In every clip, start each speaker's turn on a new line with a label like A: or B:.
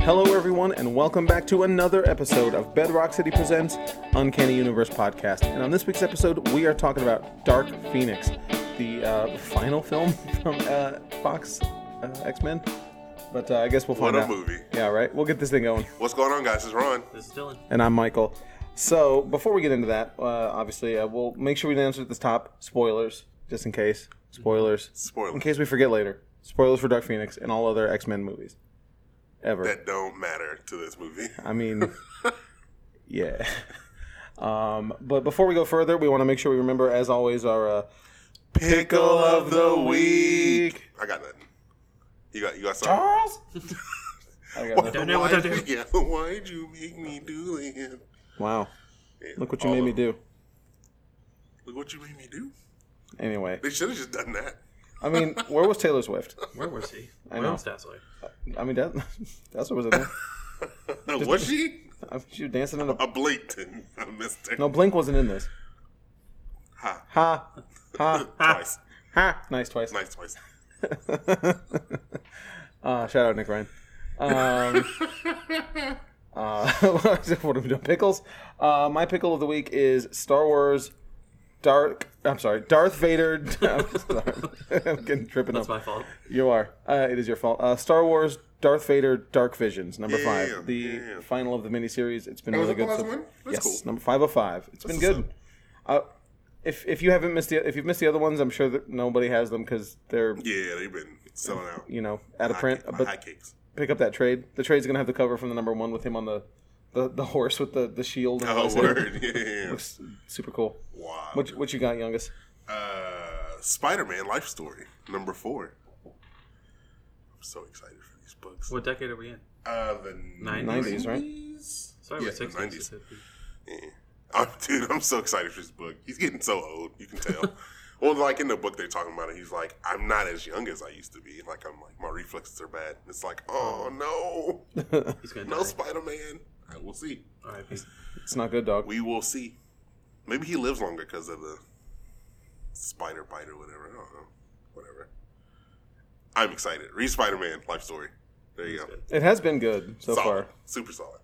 A: everyone, and welcome back to another episode of Bedrock City Presents Uncanny Universe Podcast. And on this week's episode, we are talking about Dark Phoenix, the uh, final film from uh, Fox uh, X Men. But uh, I guess we'll find
B: What a
A: out.
B: movie.
A: Yeah, right? We'll get this thing going.
B: What's going on, guys? It's Ron.
C: This is Dylan.
A: and I'm Michael. So before we get into that, uh, obviously uh, we'll make sure we answer at the top spoilers, just in case spoilers, in
B: Spoiler.
A: case we forget later. Spoilers for Dark Phoenix and all other X Men movies, ever.
B: That don't matter to this movie.
A: I mean, yeah. Um, but before we go further, we want to make sure we remember, as always, our uh,
B: Pickle of the week. I got nothing. You got you got something.
A: Charles. I got nothing.
C: Don't know what
B: Why-
C: to do.
B: Yeah, why'd you make me do it?
A: wow,
B: Yeah,
A: look what you
B: all
A: made me
B: of-
A: do.
B: Look what you made me do.
A: Anyway,
B: They should have just done that.
A: I mean, where was Taylor Swift?
C: Where was he?
A: I
C: Where
A: know.
C: else that's like?
A: I mean, that, that's what was in there.
B: was she
A: I mean, She was dancing in a
B: a blatant? I missed her.
A: No, Blink wasn't in this.
B: Ha.
A: Ha. Ha.
B: Twice.
A: Ha. Nice twice.
B: nice twice.
A: Uh, shout out Nick Ryan. Um, uh, what are we doing? Pickles? Uh, my pickle of the week is Star Wars Dark. I'm sorry, Darth Vader. I'm, sorry. I'm getting tripping
C: That's
A: up.
C: my fault.
A: You are. Uh, it is your fault. Uh, Star Wars Darth Vader Dark Visions, number
B: Yeah,
A: five. The
B: yeah.
A: final of the miniseries. It's been
B: Oh, is
A: really
B: that
A: good.
B: the
A: so-
B: last one?
A: yes,
B: That's cool.
A: number 505. It's been
B: what's
A: good. Uh, if if you haven't missed the if you've missed the other ones, I'm sure that nobody has them because they're
B: Yeah, they've been selling out.
A: you know out of
B: Hot
A: print.
B: cake- my
A: but
B: hot cakes.
A: pick up that trade. The trade's gonna have the cover from the number one with him on the the, the horse with the the shield. And
B: Oh
A: lightsaber.
B: word. Yeah, Yeah. yeah.
A: Looks super cool.
B: Wow.
A: What what you got, youngest?
B: uh, Spider-Man Life Story number four. I'm so excited for these books.
C: What decade are we in?
B: Uh, the
C: 90s,
A: right?
C: Sorry,
B: yeah,
C: we're
B: the
C: 60s.
B: 90s.
C: 50s.
B: Yeah. Oh, dude, I'm so excited for this book. He's getting so old, you can tell. well, like in the book they're talking about it, he's like, I'm not as young as I used to be. Like I'm like my reflexes are bad. It's like, oh no,
C: He's going to die.
B: no Spider-Man. I will see.
C: All right, peace.
A: It's not good, dog.
B: We will see. Maybe he lives longer because of the spider bite or whatever. I don't know. Whatever. I'm excited. Read Spider Man Life Story. There you go.
A: It has been good so
B: solid.
A: far.
B: Super solid.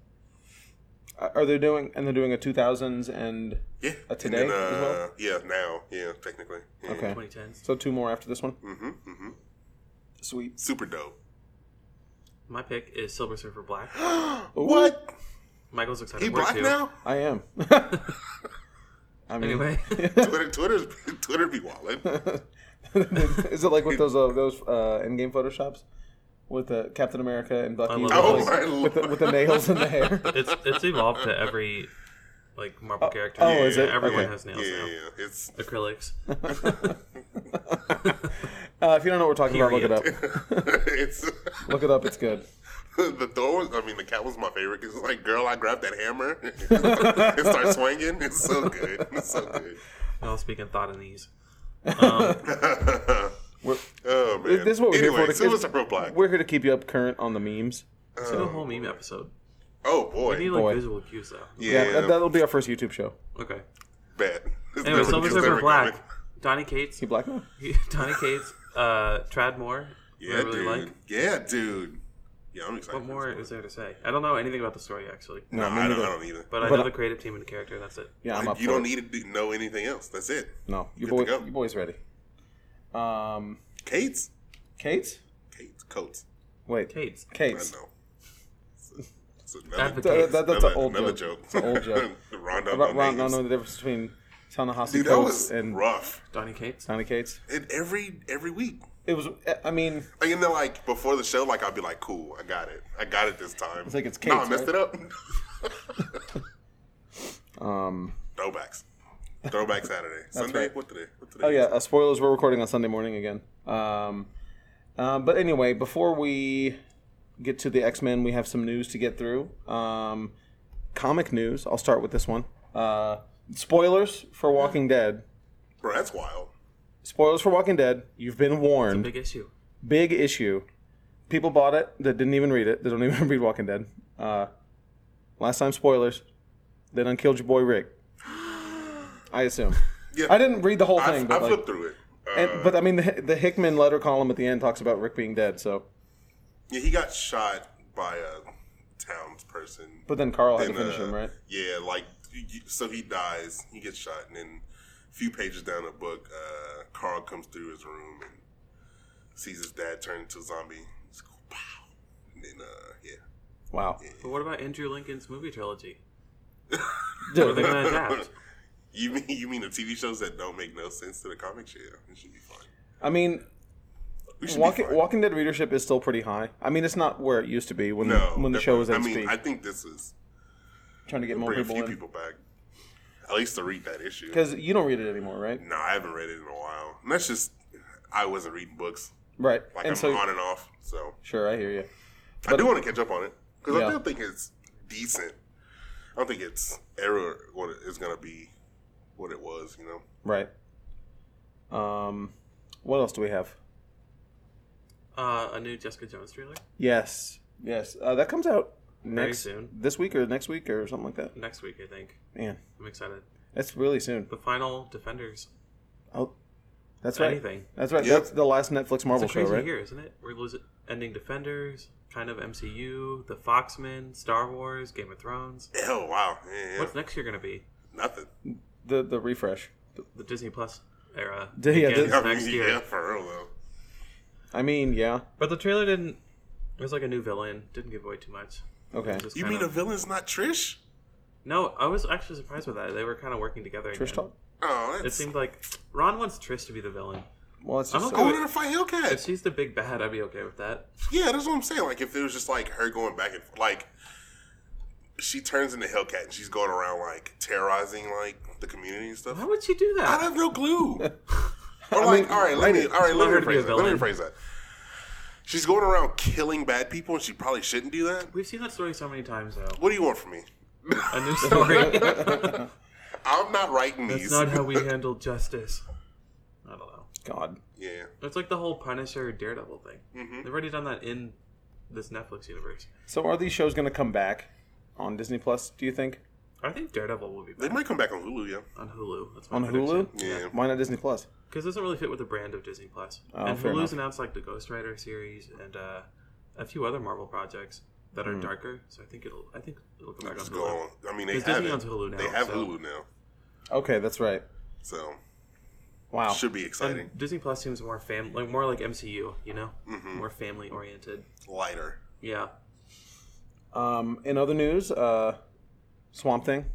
A: Are are they doing and they're doing a 2000s and
B: Yeah.
A: Uh, today
B: And then,
A: as well?
B: Yeah, now. Yeah, technically. Yeah.
A: okay.
C: 2010s.
A: So two more after this one.
B: Mm hmm. Mm hmm.
A: Sweet.
B: Super dope.
C: My pick is Silver Surfer Black.
B: What?
C: Michael's excited.
B: He
C: We're
B: black
C: too.
B: now?
A: I am. I mean,
C: Anyway,
B: Twitter, Twitter's, Twitter be wildin'.
A: is it like with those uh, those uh, in-game photoshops with uh, Captain America and Bucky
C: love
A: with,
C: those.
B: Oh
A: like,
B: my lord.
A: with, the, with the nails and the hair?
C: it's it's evolved to every like Marvel character.
A: oh, is it?
C: Everyone
A: Okay.
C: has nails
B: yeah,
C: now.
B: yeah, it's
C: Acrylics.
A: Uh, if you don't know what we're talking about, look it up.
B: it's
A: Look it up. It's good.
B: the Thor was, I mean, the cat was my favorite because it's like, girl, I grabbed that hammer and started swinging. It's so good. It's so good.
C: Now speaking thought in these.
A: We're,
B: Oh, man.
A: this is what we're
B: anyway,
A: here for.
B: So it was
A: to,
B: a pro black.
A: We're here to keep you up current on the memes.
C: Let's do a whole meme episode.
B: Oh,
C: We need
B: boy.
C: like
A: Boy.
C: visual cues though.
B: Yeah,
A: that, that'll be our first YouTube show.
C: Okay.
B: bad. It's
C: Anyway,
B: never-
C: Silver
B: it's
C: Surfer
B: never
C: Black.
B: coming.
C: Donny Cates.
A: You black man?
C: Donny Cates. Uh, Trad Moore. who
B: Yeah,
C: I really
B: dude.
C: like.
B: Yeah, dude. Yeah, I'm excited.
C: What
B: for
C: more
B: this
C: is there to say? I don't know anything about the story actually,
B: one. No,
A: me
B: I, don't,
A: neither.
B: I don't either.
C: but I
A: But
C: know
A: I-
C: the creative team and the character. and That's it.
A: Yeah, I'm up.
B: you
A: for
B: don't
A: it.
B: need to do, know anything else. That's it.
A: No, you
B: Good
A: boy,
B: to go.
A: you boys ready? Um,
B: Kate's?
A: Kate's.
B: Kate's coats.
A: Wait,
C: Kate's.
B: I
A: Kate's.
B: know. It's a- it's
C: Advocate.
B: another-
A: That- that- that's an
B: another-
A: old
B: another
A: joke. It's an old joke.
B: Round up
A: Ron,
B: on
A: Ron, I
B: names.
A: know the difference between Ta-Nehisi
B: Dude, that
A: Coates
B: was
A: and
B: rough.
C: Donny Cates.
A: Johnny Cates.
B: And every every week.
A: It was. I mean,
B: Like, and then like before the show, like I'd be like, "Cool, I got it, I got it this time."
A: It's like it's
B: no, I
A: Kate's,
B: messed
A: right?
B: it up.
A: um.
B: Throwbacks, throwback Saturday, Sunday.
A: right.
B: What today? What today?
A: Oh yeah,
B: is?
A: uh, spoilers. We're recording on Sunday morning again. Um, uh, but anyway, before we get to the X Men, we have some news to get through. Um, comic news. I'll start with this one. Uh, spoilers for Walking Dead.
B: bro, that's wild.
A: Spoilers for Walking Dead. You've been warned.
C: Big issue.
A: Big issue. People bought it that didn't even read it. They don't even read Walking Dead. Uh, last time spoilers. They done killed your boy Rick. I assume.
B: Yeah,
A: I didn't read the whole
B: I,
A: thing,
B: I
A: but like,
B: flipped through it. Uh,
A: and, but I mean, the, the Hickman letter column at the end talks about Rick being dead. So
B: yeah, he got shot by a townsperson.
A: But then Carl had to
B: Then,
A: finish
B: uh,
A: him, right?
B: Yeah, like you- you- so he dies, he gets shot, and then a few pages down the book, uh, Carl comes through his room and sees his dad turn into a zombie. It's cool, pow, and then uh, yeah,
A: Wow.
C: But what about Andrew Lincoln's movie trilogy?
A: Dude,
C: What are they going to adapt?
B: you mean you mean the TV shows that don't make no sense to the comic show? It should be fun.
A: I mean,
B: We should be
A: Walking,
B: fine.
A: Walking Dead readership is still pretty high. I mean, it's not where it used to be when
B: No,
A: the, when the show was at
B: I
A: its
B: mean,
A: peak,
B: I think this is
A: trying to get more
B: bring a
A: people
B: few
A: in.
B: people back, at least to read that issue.
A: Because you don't read it anymore, right?
B: No, I haven't read it in a while. And that's just I wasn't reading books.
A: Right.
B: Like
A: and
B: I'm
A: so,
B: on and off. So
A: sure, I hear you.
B: I do want to catch up on it because
A: Yeah.
B: I don't think it's decent. I don't think it's error what it is gonna be, what it was. You know,
A: Right. Um, what else do we have?
C: Uh, a new Jessica Jones trailer
A: Yes, yes. Uh, that comes out
C: Very
A: next
C: soon.
A: this week or next week or something like that.
C: next week, I think.
A: Man,
C: I'm excited.
A: that's really soon.
C: The final Defenders.
A: Oh, that's right.
C: Anything.
A: That's right.
B: Yep.
A: That's the last Netflix Marvel
C: It's a
A: show,
C: crazy
A: right?
C: year, isn't it? We're losing ending Defenders, kind of MCU, the Foxmen, Star Wars, Game of Thrones.
B: hell, wow, yeah, yeah.
C: What's next year going to be?
B: nothing.
A: The the refresh.
C: The Disney Plus era
A: Yeah,
C: begins
A: this-
B: I mean,
C: next year.
B: yeah, for real though.
A: I mean, yeah.
C: But the trailer didn't. It was like a new villain. Didn't give away too much.
A: Okay.
C: Just
B: You
C: kinda-
B: mean the villain's not Trish?
C: No, I was actually surprised with that. They were kind of working together.
A: Trish
C: again.
A: talk.
B: Oh,
C: It
B: that's.
C: seemed like Ron wants Trish to be the villain.
A: Well, it's just
C: I'm
B: I
C: okay
A: so-
B: wanted to fight Hellcat.
C: If she's the big bad, I'd be okay with that.
B: Yeah, that's what I'm saying. Like, if it was just like her going back and like, she turns into Hellcat and she's going around like terrorizing like the community and stuff.
C: Why would she do
B: I
C: that?
B: have no clue. or like,
A: mean,
B: all right, let me, all right, let me
C: let her be a
B: rephrase that. Let me
C: villain.
B: rephrase that. She's going around killing bad people, and she probably shouldn't do that.
C: We've seen that story so many times, though.
B: What do you want from me?
C: A new story.
B: I'm not writing
C: That's
B: these.
C: not how we handle justice. I don't know.
A: God.
B: yeah,
C: It's like the whole Punisher Daredevil thing.
B: Mm-hmm.
C: They've already done that in this Netflix universe.
A: So are these shows going to come back on Disney Plus? Do you think
C: I think Daredevil will be back
B: they might come back on Hulu. Yeah,
C: on Hulu. That's my
A: on Hulu?
C: prediction.
B: yeah.
A: Why not Disney Plus?
C: because it doesn't really fit with the brand of Disney Plus.
A: Oh,
C: and
A: fair enough.
C: Hulu's announced like the Ghost Rider series and uh, a few other Marvel projects that
A: Hmm.
C: are darker. So I think it'll I think it'll come back on
B: Just
C: Hulu.
B: go on. I mean, they
C: Because
B: have
C: Disney
B: it.
C: owns Hulu now,
B: they have
C: so-
B: Hulu now,
A: Okay, that's right.
B: so
C: Oh.
A: Wow.
B: should be
C: And
B: exciting.
C: Disney Plus seems more fam like more like MCU, you know,
B: Mm-hmm.
C: more family oriented.
B: Lighter.
C: Yeah.
A: Um, in other news, uh, Swamp Thing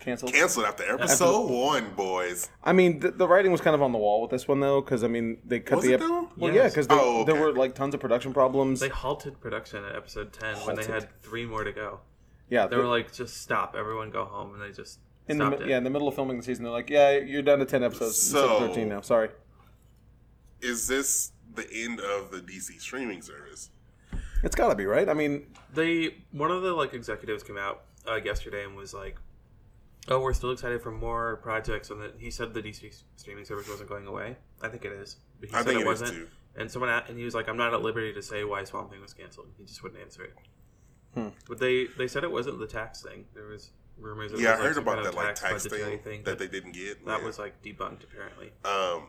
A: canceled.
B: Canceled after episode one, boys.
A: I mean, th- the writing was kind of on the wall with this one though, because I mean, they cut
B: Was
A: the
B: it though?
A: Well, yeah,
C: Yes.
A: because
B: Oh, okay.
A: there were like tons of production problems.
C: They halted production at episode ten when they
A: Halted.
C: had three more to go.
A: yeah,
C: They
A: the-
C: were like, just stop, everyone go home and they just
A: in the
C: stopped
A: mi-
C: it.
A: yeah, in the middle of filming the season, they're like, yeah, you're down to ten episodes, instead of
B: So-
A: thirteen now. Sorry.
B: Is this the end of the DC streaming service?
A: It's gotta be right. I mean,
C: they one of the like executives came out uh, yesterday and was like oh we're still excited for more projects and that he said the dc streaming service wasn't going away i think it is but he
B: I
C: said
B: think
C: it
B: it is,
C: wasn't
B: too.
C: and someone at, and he was like i'm not at liberty to say why swamp thing was canceled he just wouldn't answer it
A: Hmm.
C: but they they said it wasn't the tax thing there was rumors that
B: Yeah, I
C: it was,
B: heard
C: some kind
B: about that
C: of
B: like tax
C: budgetary
B: thing, that
C: but
B: they didn't get.
C: that
B: Yeah.
C: was like debunked apparently
B: Um,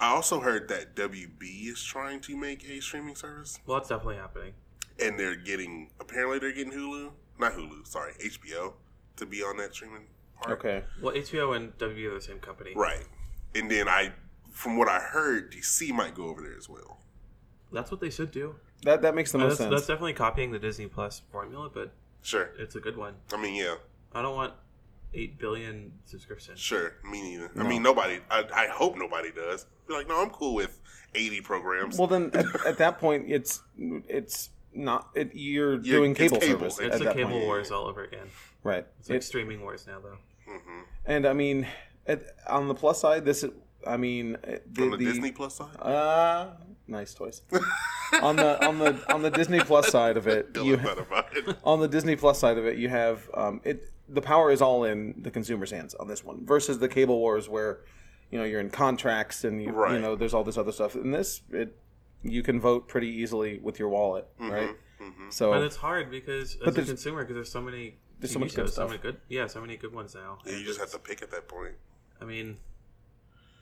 B: I also heard that WB is trying to make a streaming service,
C: well that's definitely happening
B: and they're getting apparently they're getting Hulu, not Hulu, sorry, HBO to be on that streaming part.
A: okay,
C: well hbo and wb are the same company
B: right. And then I, from what I heard, DC might go over there as well.
C: that's what they should do
A: that that makes the most
C: that's, that's
A: sense.
C: definitely copying the disney plus formula but
B: Sure.
C: it's a good one
B: I mean, yeah,
C: I don't want eight billion subscriptions.
B: sure. Me neither.
A: No.
B: I mean, nobody. I, I hope nobody does. Be like, no, I'm cool with 80 programs.
A: Well, then at, at that point, it's it's not it, you're,
B: You're-
A: doing
B: it's
A: cable,
B: cable.
A: service
B: It's
A: at
C: It's the
A: that
C: cable
A: point,
C: wars all over again.
A: right?
C: It's like
A: It-
C: streaming wars now, though.
B: Mm-hmm.
A: And I mean, at, on the plus side, this I mean the,
B: on the,
A: the-
B: Disney Plus side,
A: uh, nice toys. on the on the on the Disney Plus side of it,
B: Dylan
A: you ha-
B: thought about it.
A: on the Disney Plus side of it, you have um, it. The power is all in the consumer's hands on this one versus the cable wars where you know you're in contracts and you, you
B: Right.
A: know there's all this other stuff. In this, it you can vote pretty easily with your wallet, right? So
C: But it's hard because as a
A: there's-
C: consumer, because there's so many
A: There's
C: TV
A: so much good
C: shows, so
A: stuff.
C: many good, yeah, so many good ones now.
B: Yeah, you just have to pick at that point.
C: I mean,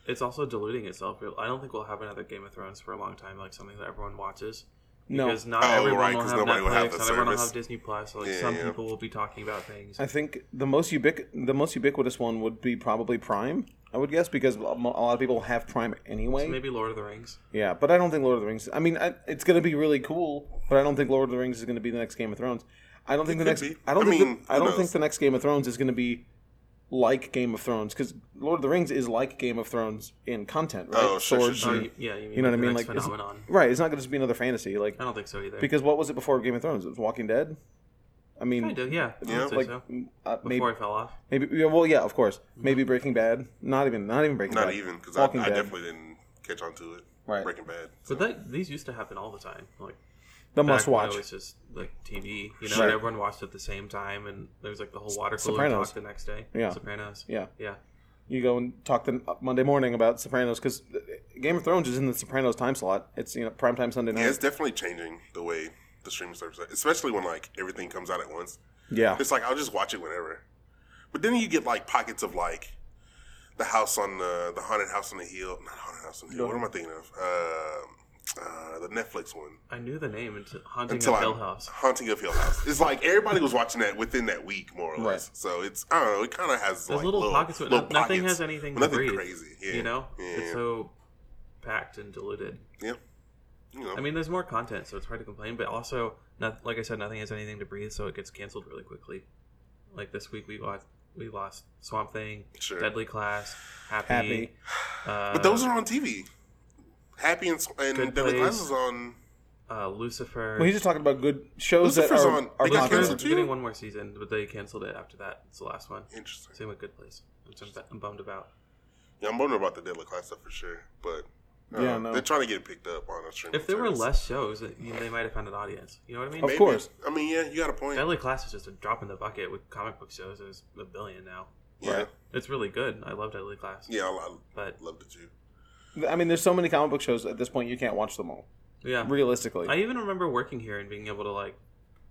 C: it's also diluting itself. I don't think we'll have another Game of Thrones for a long time, like something that everyone watches.
A: No.
C: because not
B: Oh,
C: everyone
B: right,
C: will
B: 'cause
C: have
B: nobody
C: Netflix,
B: will have the
C: not everyone will
B: service.
C: have Disney Plus. So like
B: Yeah,
C: some
B: yeah.
C: people will be talking about things.
A: I think the most ubiqu- the most ubiquitous one would be probably Prime. I would guess because a mo- a lot of people have Prime anyway.
C: Maybe Lord of the Rings.
A: yeah, but I don't think Lord of the Rings. I mean, I, it's going to be really cool, but I don't think Lord of the Rings is going to be the next Game of Thrones. I don't think the
B: could
A: next.
B: be.
A: I don't
B: I
A: think.
B: mean,
A: the, I
B: who
A: don't think
B: knows?
A: the next Game of Thrones is going to be like Game of Thrones because Lord of the Rings is like Game of Thrones in content, right?
B: Oh, sure, sure,
A: Swords
B: sure.
A: and-
C: Y- Yeah, you, mean
A: you know what I
C: the
A: mean?
C: next
A: Like, it's-
C: phenomenon.
A: right? It's not going to just be another fantasy, like
C: I don't think so either.
A: because what was it before Game of Thrones? It was Walking Dead. I mean,
C: I do, yeah. I would say
A: like
C: so.
A: uh, maybe
C: Before I fell off.
A: Maybe yeah, well, yeah, of course. Maybe Breaking Bad. Not even, not even Breaking
B: Not
A: Bad.
B: even because I,
A: Walking
B: I
A: Dead.
B: definitely didn't catch on to it.
A: Right.
B: Breaking Bad.
C: But that, these used to happen all the time. Like
A: the
C: back
A: must
C: when
A: watch.
C: It was just like TV, you know,
A: Right.
C: and everyone watched at the same time, and there was like the whole water cooler
A: Sopranos.
C: talk the next day.
A: Yeah.
C: Sopranos.
A: Yeah,
C: Yeah.
A: you go and talk to uh, Monday morning about Sopranos because Game of Thrones is in the Sopranos time slot. It's you know prime time Sunday
B: Yeah, it's
A: night.
B: definitely changing the way the streaming service, especially when like everything comes out at once.
A: Yeah,
B: It's like I'll just watch it whenever. But then you get like pockets of like the house on the the haunted house on the hill. Not haunted house on the hill. What am I thinking of? Uh, uh, the Netflix one.
C: I knew the name until Haunting
B: Until
C: of
B: I-
C: Hill House.
B: Haunting of Hill House. It's like everybody was watching that within that week, more or
A: Right.
B: less. So it's I don't know. It kind of has
C: There's
B: like
C: little, pockets, but no,
B: little
C: nothing
B: pockets,
C: has anything
B: but
C: to
B: nothing
C: breathe.
B: crazy. Yeah,
C: You know,
B: Yeah,
C: it's so packed and diluted.
B: yeah. You know,
C: I mean, there's more content, so it's hard to complain. But also, not like I said, nothing has anything to breathe, so it gets canceled really quickly. Like this week, we lost we lost Swamp Thing,
B: Sure.
C: Deadly Class, Happy.
A: happy.
C: Uh,
B: but those are on TV. Happy and, and
C: Good
B: Deadly
C: Place.
B: Class is on.
C: uh, Lucifer.
A: Well, he's just talking about good shows
B: Lucifer's
A: that are,
B: on-
A: are
B: they got
C: Lucifer
A: popular.
B: canceled.
C: is
B: too?
C: getting one more season, but they canceled it after that. It's the last one.
B: Interesting.
C: Same with Good Place, which I'm, I'm bummed about.
B: Yeah, I'm wondering about the Deadly Class stuff for sure, but uh,
A: Yeah, no.
B: they're trying to get it picked up on a streaming.
C: If there were
B: service.
C: less shows, it- you know, they might have found an audience. You know what I mean?
A: Of course.
B: I mean, yeah, you got a point.
C: Deadly Class is just a drop in the bucket with comic book shows. There's a billion now.
B: yeah,
A: Right.
C: It's really good. I love Deadly Class.
B: yeah, I,
C: But
B: I loved it too.
A: I mean, there's so many comic book shows at this point you can't watch them all.
C: yeah,
A: Realistically,
C: I even remember working here and being able to like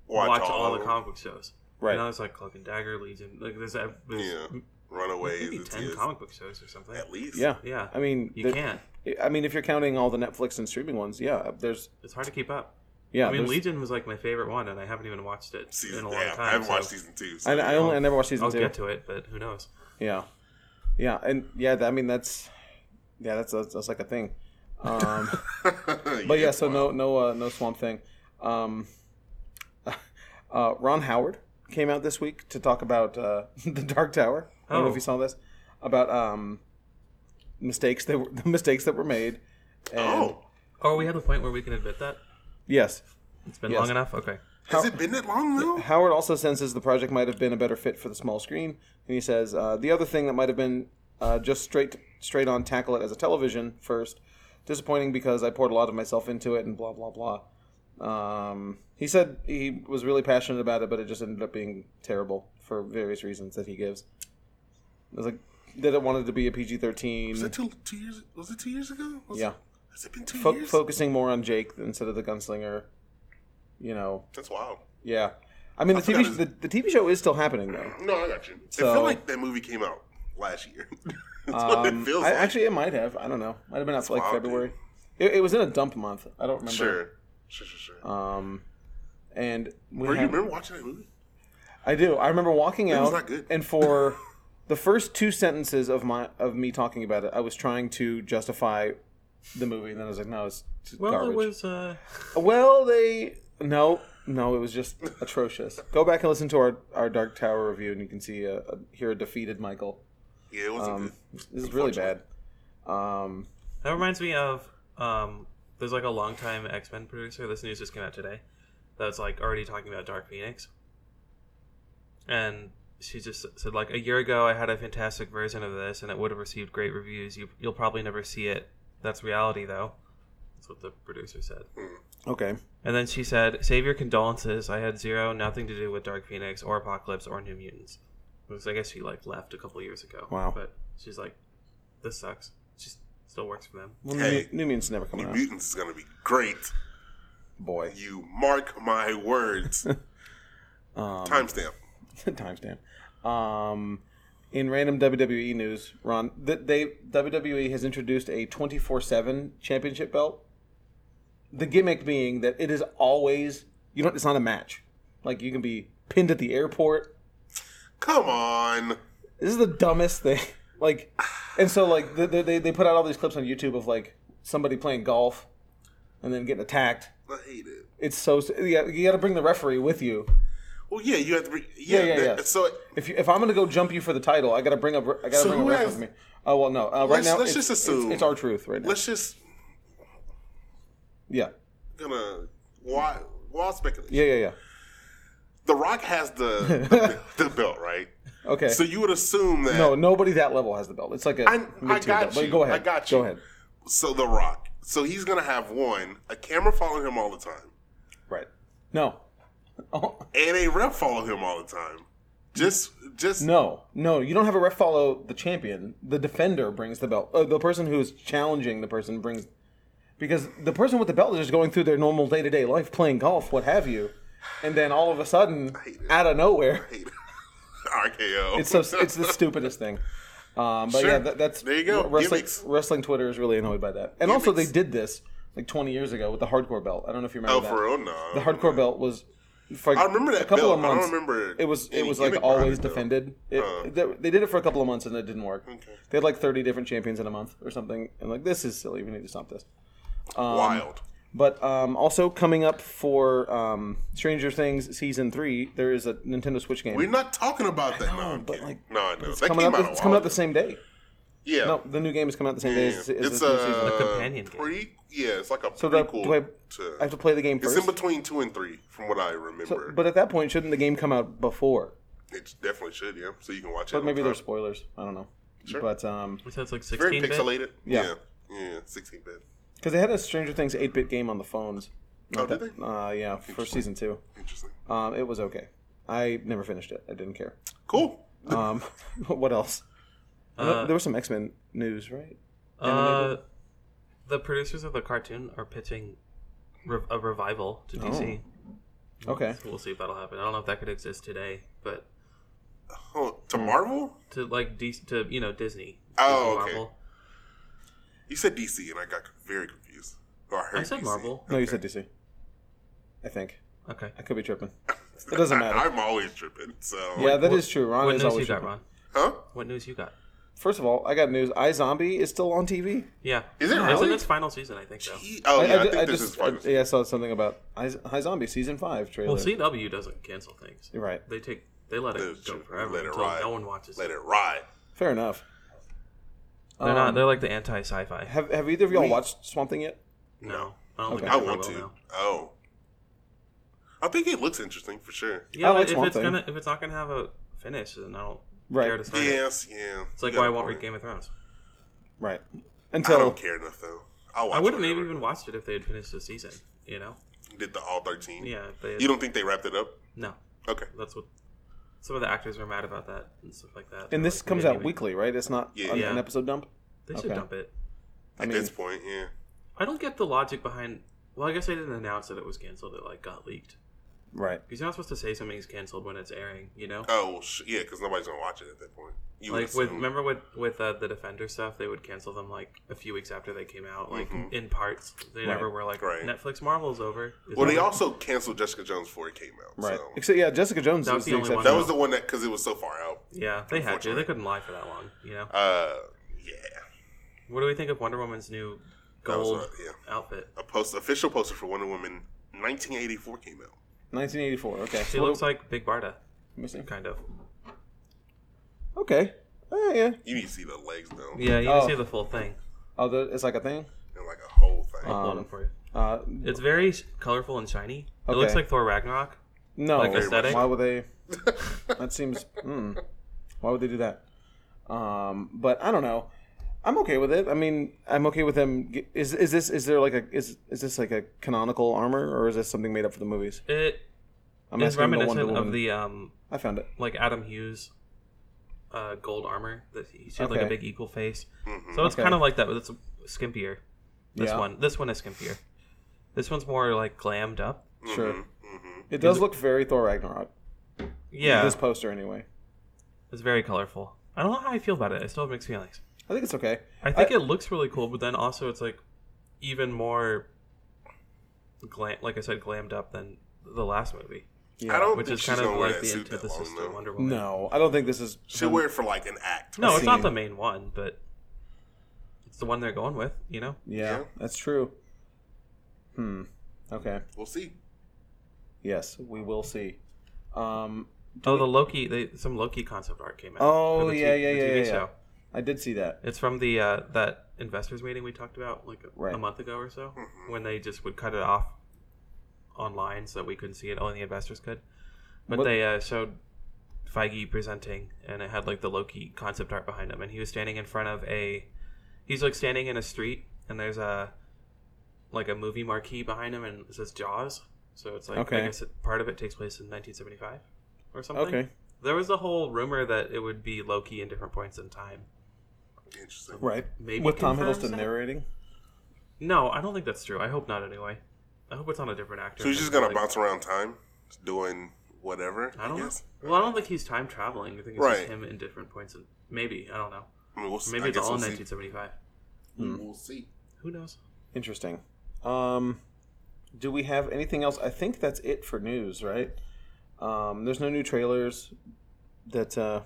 B: Watch
C: watch,
B: all
C: all,
B: of
C: the
B: them.
C: comic book shows.
A: right?
C: You know, it's like Cloak and Dagger, Legion. Like there's, uh, there's
B: Yeah,
C: m-
B: Runaways,
C: maybe
B: it's,
C: ten
B: it's-
C: comic book shows or something.
B: at least.
A: Mm. yeah,
C: Yeah,
A: I mean,
C: you
A: there-
C: can't.
A: I mean, if you're counting all the Netflix and streaming ones, yeah, there's
C: It's hard to keep up.
A: yeah.
C: I mean,
A: there's-
C: Legion was like my favorite one, and I haven't even watched it
B: season.
C: in a long
B: yeah,
C: time.
B: I haven't
C: so
B: watched season two. So
A: I, I only I never watched season
C: I'll
A: two.
C: get to it, but who knows?
A: Yeah, yeah, and yeah. that- I mean, that's yeah, that's that's, that's like a thing. Um, but yeah, so no, no, uh, no Swamp Thing. Um, uh, Ron Howard came out this week to talk about uh, the Dark Tower. I don't know
C: Oh.
A: if you saw this about um, mistakes that were, the mistakes that were made. And,
B: Oh,
C: Oh, are we at the point where we can admit that
A: yes.
C: it's been
A: Yes.
C: long enough? Okay.
B: has it been that long now?
A: Howard also senses the project might have been a better fit for the small screen, and he says uh, the other thing that might have been uh, just straight straight on tackle it as a television first, disappointing because I poured a lot of myself into it and blah blah blah. Um, he said he was really passionate about it, but it just ended up being terrible for various reasons that he gives. It was like that it wanted to be a PG
B: Was
A: thirteen,
B: that two, two years? Was it two years ago? Was
A: Yeah.
B: Has it been two
A: fo-
B: years?
A: focusing more on Jake instead of the gunslinger. You know,
B: That's wild.
A: yeah. I mean, the
B: forgot
A: TV
B: his-
A: the, the TV show is still happening though.
B: No, I got you. I
A: So-
B: feel like that movie came out last year. That's what it
A: Um,
B: feels
A: I,
B: like.
A: Actually, it might have. I don't know. Might have been out for like
B: wild,
A: February. It, it was in a dump month. I don't remember.
B: sure, sure, sure, sure.
A: Um, and we
B: Were you
A: had-
B: remember watching that movie?
A: I do. I remember walking
B: was
A: out,
B: not good.
A: and for the first two sentences of my of me talking about it, I was trying to justify the movie, and then I was like, no, it's it's
C: Well,
A: garbage.
C: it was. Uh,
A: Well, they no, no, it was just atrocious. Go back and listen to our, our Dark Tower review, and you can see a, a, hear a defeated Michael.
B: Yeah, it wasn't
A: Um,
B: good.
A: this is really bad. Um,
C: that reminds me of. Um, there's like a longtime X Men producer. This news just came out today. That's like already talking about Dark Phoenix, and she just said like a year ago I had a fantastic version of this and it would have received great reviews. You you'll probably never see it. That's reality though. That's what the producer said.
A: okay.
C: And then she said, "Save your condolences. I had zero, nothing to do with Dark Phoenix or Apocalypse or New Mutants." Because I guess she like left a couple years ago.
A: Wow.
C: But she's like, "This sucks." She s- still works for them.
A: Well,
B: Hey.
A: New, New Mutants never coming
B: New
A: out.
B: Mutants is gonna be great.
A: Boy.
B: You mark my words.
A: Um,
B: Timestamp.
A: timestamp. Um, in random WWE news, Ron, E th- they WWE has introduced a twenty four seven championship belt the gimmick being that it is always you don't. It's not a match. Like you can be pinned at the airport.
B: Come on.
A: This is the dumbest thing. Like, and so like they they, they put out all these clips on YouTube of like somebody playing golf, and then getting attacked.
B: I hate it.
A: It's so yeah, you got to bring the referee with you.
B: Well, yeah, you have to. Re- yeah,
A: Yeah,
B: yeah,
A: yeah, yeah.
B: So
A: If you, if I'm gonna go jump you for the title, I gotta bring up I gotta
B: So
A: bring a
B: who
A: ref
B: has-
A: with me. Oh well, no. Uh, right
B: Let's-
A: now,
B: let's
A: it's,
B: just
A: it's-
B: assume-
A: it's, our truth right now.
B: let's just
A: yeah,
B: gonna why why speculate.
A: yeah, yeah,
B: The Rock has the the, belt, right?
A: yeah. Okay.
B: So you would assume that.
A: no, nobody that level has the belt. It's like a
B: I- I
A: mid-tier
B: got
A: belt. But
B: you.
A: go ahead.
B: I got you.
A: Go ahead.
B: So The Rock. So he's gonna have one a camera following him all the time,
A: Right. No. Oh,
B: and a rep follow him all the time. Just just
A: no, no. You don't have a ref follow the champion. The defender brings the belt. Uh, the person who is challenging the person brings. Because the person with the belt is just going through their normal day to day life, playing golf, what have you, and then all of a sudden,
B: hate it.
A: out of nowhere,
B: RKO.
A: it's so it's the stupidest thing. Um, but
B: Sure.
A: yeah, that, that's
B: There you go.
A: Wrestling,
B: Gimmicks.
A: wrestling Twitter is really annoyed by that, and also they
B: Gimmicks.
A: did this like 20 years ago with the hardcore belt. I don't know if you remember
B: oh
A: that.
B: for real, no.
A: The hardcore belt was. For
B: I remember that
A: a couple
B: belt.
A: of months.
B: I don't remember.
A: It was it
B: any
A: was like
B: gimmick behind
A: always
B: it, though. Uh.
A: defended. It, they, they did it for a couple of months and it didn't work. They had like 30 different champions in a month or something, and like this is silly. We need to stop this. um,
B: Wild.
A: But um, also coming up for um, Stranger Things season three, there is a Nintendo Switch game.
B: We're not talking about that. no, I'm
A: but,
B: kidding.
A: like,
B: no, I know.
A: it's
B: that
A: coming
B: came
A: up.
B: out a
A: It's coming
B: while
A: out the
B: ago.
A: same day.
B: Yeah.
A: No, the new game is coming out the same day
B: yeah.
A: as, as
B: it's
A: this new
B: uh, a
A: season.
C: The companion game.
B: Pre, yeah, it's like a
A: So do I,
B: prequel.
A: do I,
B: to,
A: I have to play the game
B: it's
A: first?
B: in between two and three, from what I remember.
A: But at that point, shouldn't the game come out before?
B: it definitely should, yeah. So you can watch it.
A: But maybe
B: on
A: there's
B: time.
A: spoilers. I don't know. But um,
C: It sounds like
B: very
C: 16 bit.
B: pixelated.
A: Yeah.
B: yeah, yeah, sixteen bit.
A: Because they had a Stranger Things 8 bit game on the phones.
B: Oh, did they?
A: Uh, yeah, for season two.
B: Interesting.
A: Um, it was okay. I never finished it. I didn't care.
B: Cool.
A: Um, what else?
C: Uh,
A: there was some X Men news, right?
C: Uh, the producers of the cartoon are pitching re- a revival to DC.
A: Oh, Okay.
C: So we'll see if that'll happen. I don't know if that could exist today, but
B: Oh, to
C: Hmm.
B: Marvel?
C: to like D- to you know Disney.
B: Oh,
C: Disney
B: okay. You said DC, and I got very confused. Or heard
C: I said
B: DC.
C: Marvel.
A: No, you said DC. I think.
C: Okay.
A: I could be tripping. It doesn't matter.
B: I, am always tripping. So
A: yeah, that is true. Ron
C: What
A: is
C: news you
A: always
C: got,
A: tripping.
C: Ron?
B: huh?
C: What news you got?
A: First of all, I got news. iZombie is still on TV.
C: Yeah.
B: Is it
C: It's in
B: really?
C: its final season, I think so.
B: He- oh yeah, I, think this is
C: uh,
B: fine.
A: I, yeah, I saw something about Iz- iZombie season 5 trailer.
C: Well, CW doesn't cancel things.
A: You're right.
C: They take they let it
B: That's
C: go
B: true.
C: forever
B: Let it
C: until
B: ride.
C: no one watches.
B: Let
C: it.
B: it ride.
A: Fair enough.
C: They're not.
A: Um,
C: They're like the anti sci-fi.
A: Have, have either of y'all watched Swamp Thing yet?
C: No, I don't think
A: Okay.
B: I
C: ever
B: want
C: will
B: to.
C: now.
B: Oh, I think it looks interesting for sure.
C: Yeah,
A: I like
C: but if
A: Swamp
C: it's
A: Thing.
C: gonna if it's not gonna have a finish, then I don't
A: Right.
C: care to start it.
B: Yes, yeah.
C: It's like
B: You got
C: why I
B: a
C: won't
B: point.
C: read Game of Thrones.
A: Right.
B: I
A: Until
B: don't care enough though. I'll watch
C: I wouldn't have
B: whatever.
C: even watched it if they had finished the season. You know?
B: did the all thirteen.
C: Yeah. If they had,
B: You don't think they wrapped it up?
C: No,
B: Okay.
C: that's what some of the actors were mad about that and stuff like that. They're
A: And this
C: like, we
A: comes
C: didn't
A: out
C: even-
A: weekly, right? It's not
B: Yeah.
A: an,
C: Yeah.
A: an episode dump.
C: They should
A: Okay.
C: dump it.
A: I
B: At
A: mean,
B: this point, yeah.
C: I don't get the logic behind. Well, I guess they didn't announce that it was canceled. It like got leaked.
A: right?
C: Because you're not supposed to say something's canceled when it's airing. You know?
B: Oh well, sh- yeah, because nobody's gonna watch it at that point. You would
C: like with
B: assume.
C: remember with with uh, the defender stuff they would cancel them like a few weeks after they came out like in parts they never were like
B: Mm-hmm. Right.
C: netflix marvel's over It's
B: Well, they
C: over.
B: also canceled Jessica Jones before it came out.
A: Right.
B: So.
A: Except yeah, Jessica Jones
C: That
A: is
C: was the
A: the
C: only
A: exception.
C: one
B: That was the one that because it was so far out.
C: yeah they had to
B: Unfortunately.
C: they couldn't lie for that long you know
B: Uh, yeah.
C: what do we think of wonder woman's new
B: That was
C: gold
B: right, yeah.
C: outfit
B: A post official poster for Wonder Woman 1984 came out.
A: 1984. Okay.
C: she
A: Well,
C: looks like big barda
A: let me see.
C: kind of
A: Okay. Oh yeah.
B: You need to see the legs though.
C: yeah you
A: Oh.
C: can see the full thing
A: Oh, the, it's like a thing.
B: And like a whole
A: Um,
B: thing.
C: I'll hold it for you
A: Uh,
C: it's very s- colorful and shiny it looks
A: Okay.
C: like thor ragnarok
A: no.
C: Like aesthetic?
A: Why would they? That seems. Mm, why would they do that? Um, but I don't know. I'm okay with it. I mean, I'm okay with them. ge- Is is this is there like a is is this like a canonical armor or is this something made up for the movies?
C: It
A: I'm
C: is
A: the
C: reminiscent of the um
A: I found it.
C: like Adam Hughes uh, gold armor that he she had like a
A: Okay.
C: big eagle face.
B: Mm-hmm.
C: So it's
A: Okay.
C: kind of like that, but it's skimpier. This
A: Yeah.
C: one, this one is skimpier. This one's more like glammed up.
B: Mm-hmm,
A: Sure. It does look very Thor Ragnarok.
C: Yeah,
A: This poster, anyway.
C: it's very colorful. I don't know how I feel about it. I still have mixed feelings.
A: I think it's okay.
C: I think it looks really cool, but then also it's like even more glam, like I said, glammed up than the last movie,
A: Yeah.
B: I don't
C: which
B: think
C: is
B: she's
C: kind of
B: gonna wear
C: like
B: that
C: the
B: suit that
C: antithesis
B: long,
C: to
B: though.
C: Wonder Woman.
A: No, I don't think this is.
B: She'll wear it for like an act.
C: No, it's
A: scene.
C: not the main one, but it's the one they're going with. You know,
A: Yeah,
B: Yeah.
A: that's true. Hmm. Okay.
B: We'll see.
A: Yes, we will see. Um,
C: oh, the Loki, they, some Loki concept art came out.
A: Oh,
C: for the
A: yeah,
C: T-
A: yeah,
C: the
A: yeah,
C: TV
A: yeah, yeah.
C: show.
A: I did see that.
C: It's from the uh, that investors meeting we talked about like a,
A: Right.
C: a month ago or so,
B: Mm-hmm,
C: when they just would cut it off online so that we couldn't see it, only the investors could. But
A: What-
C: they uh, showed Feige presenting, and it had like the Loki concept art behind him, and he was standing in front of a, he's like standing in a street, and there's a, like a movie marquee behind him, and it says Jaws. So it's like
A: Okay.
C: I guess it, part of it takes place in 1975 or something.
A: Okay.
C: There was a whole rumor that it would be Loki in different points in time.
B: Interesting.
A: Right.
C: Maybe
A: With Tom
C: confirms
A: Hiddleston
C: it?
A: narrating.
C: No, I don't think that's true. I hope not anyway. I hope it's on a different actor.
B: So he's just
C: Like-
B: gonna bounce around time, doing whatever.
C: I don't know.
B: guess.
C: Well, I don't think he's time traveling. I think it's
B: Right.
C: just him in different points. And maybe I don't know.
B: I mean, we'll see.
C: Maybe
B: I
C: it's
B: guess
C: all hmm. in
B: we'll see.
C: 1975.
B: We'll see.
C: Who knows?
A: Interesting. Um, do we have anything else? I think that's it for news, right? Um, there's no new trailers. That uh,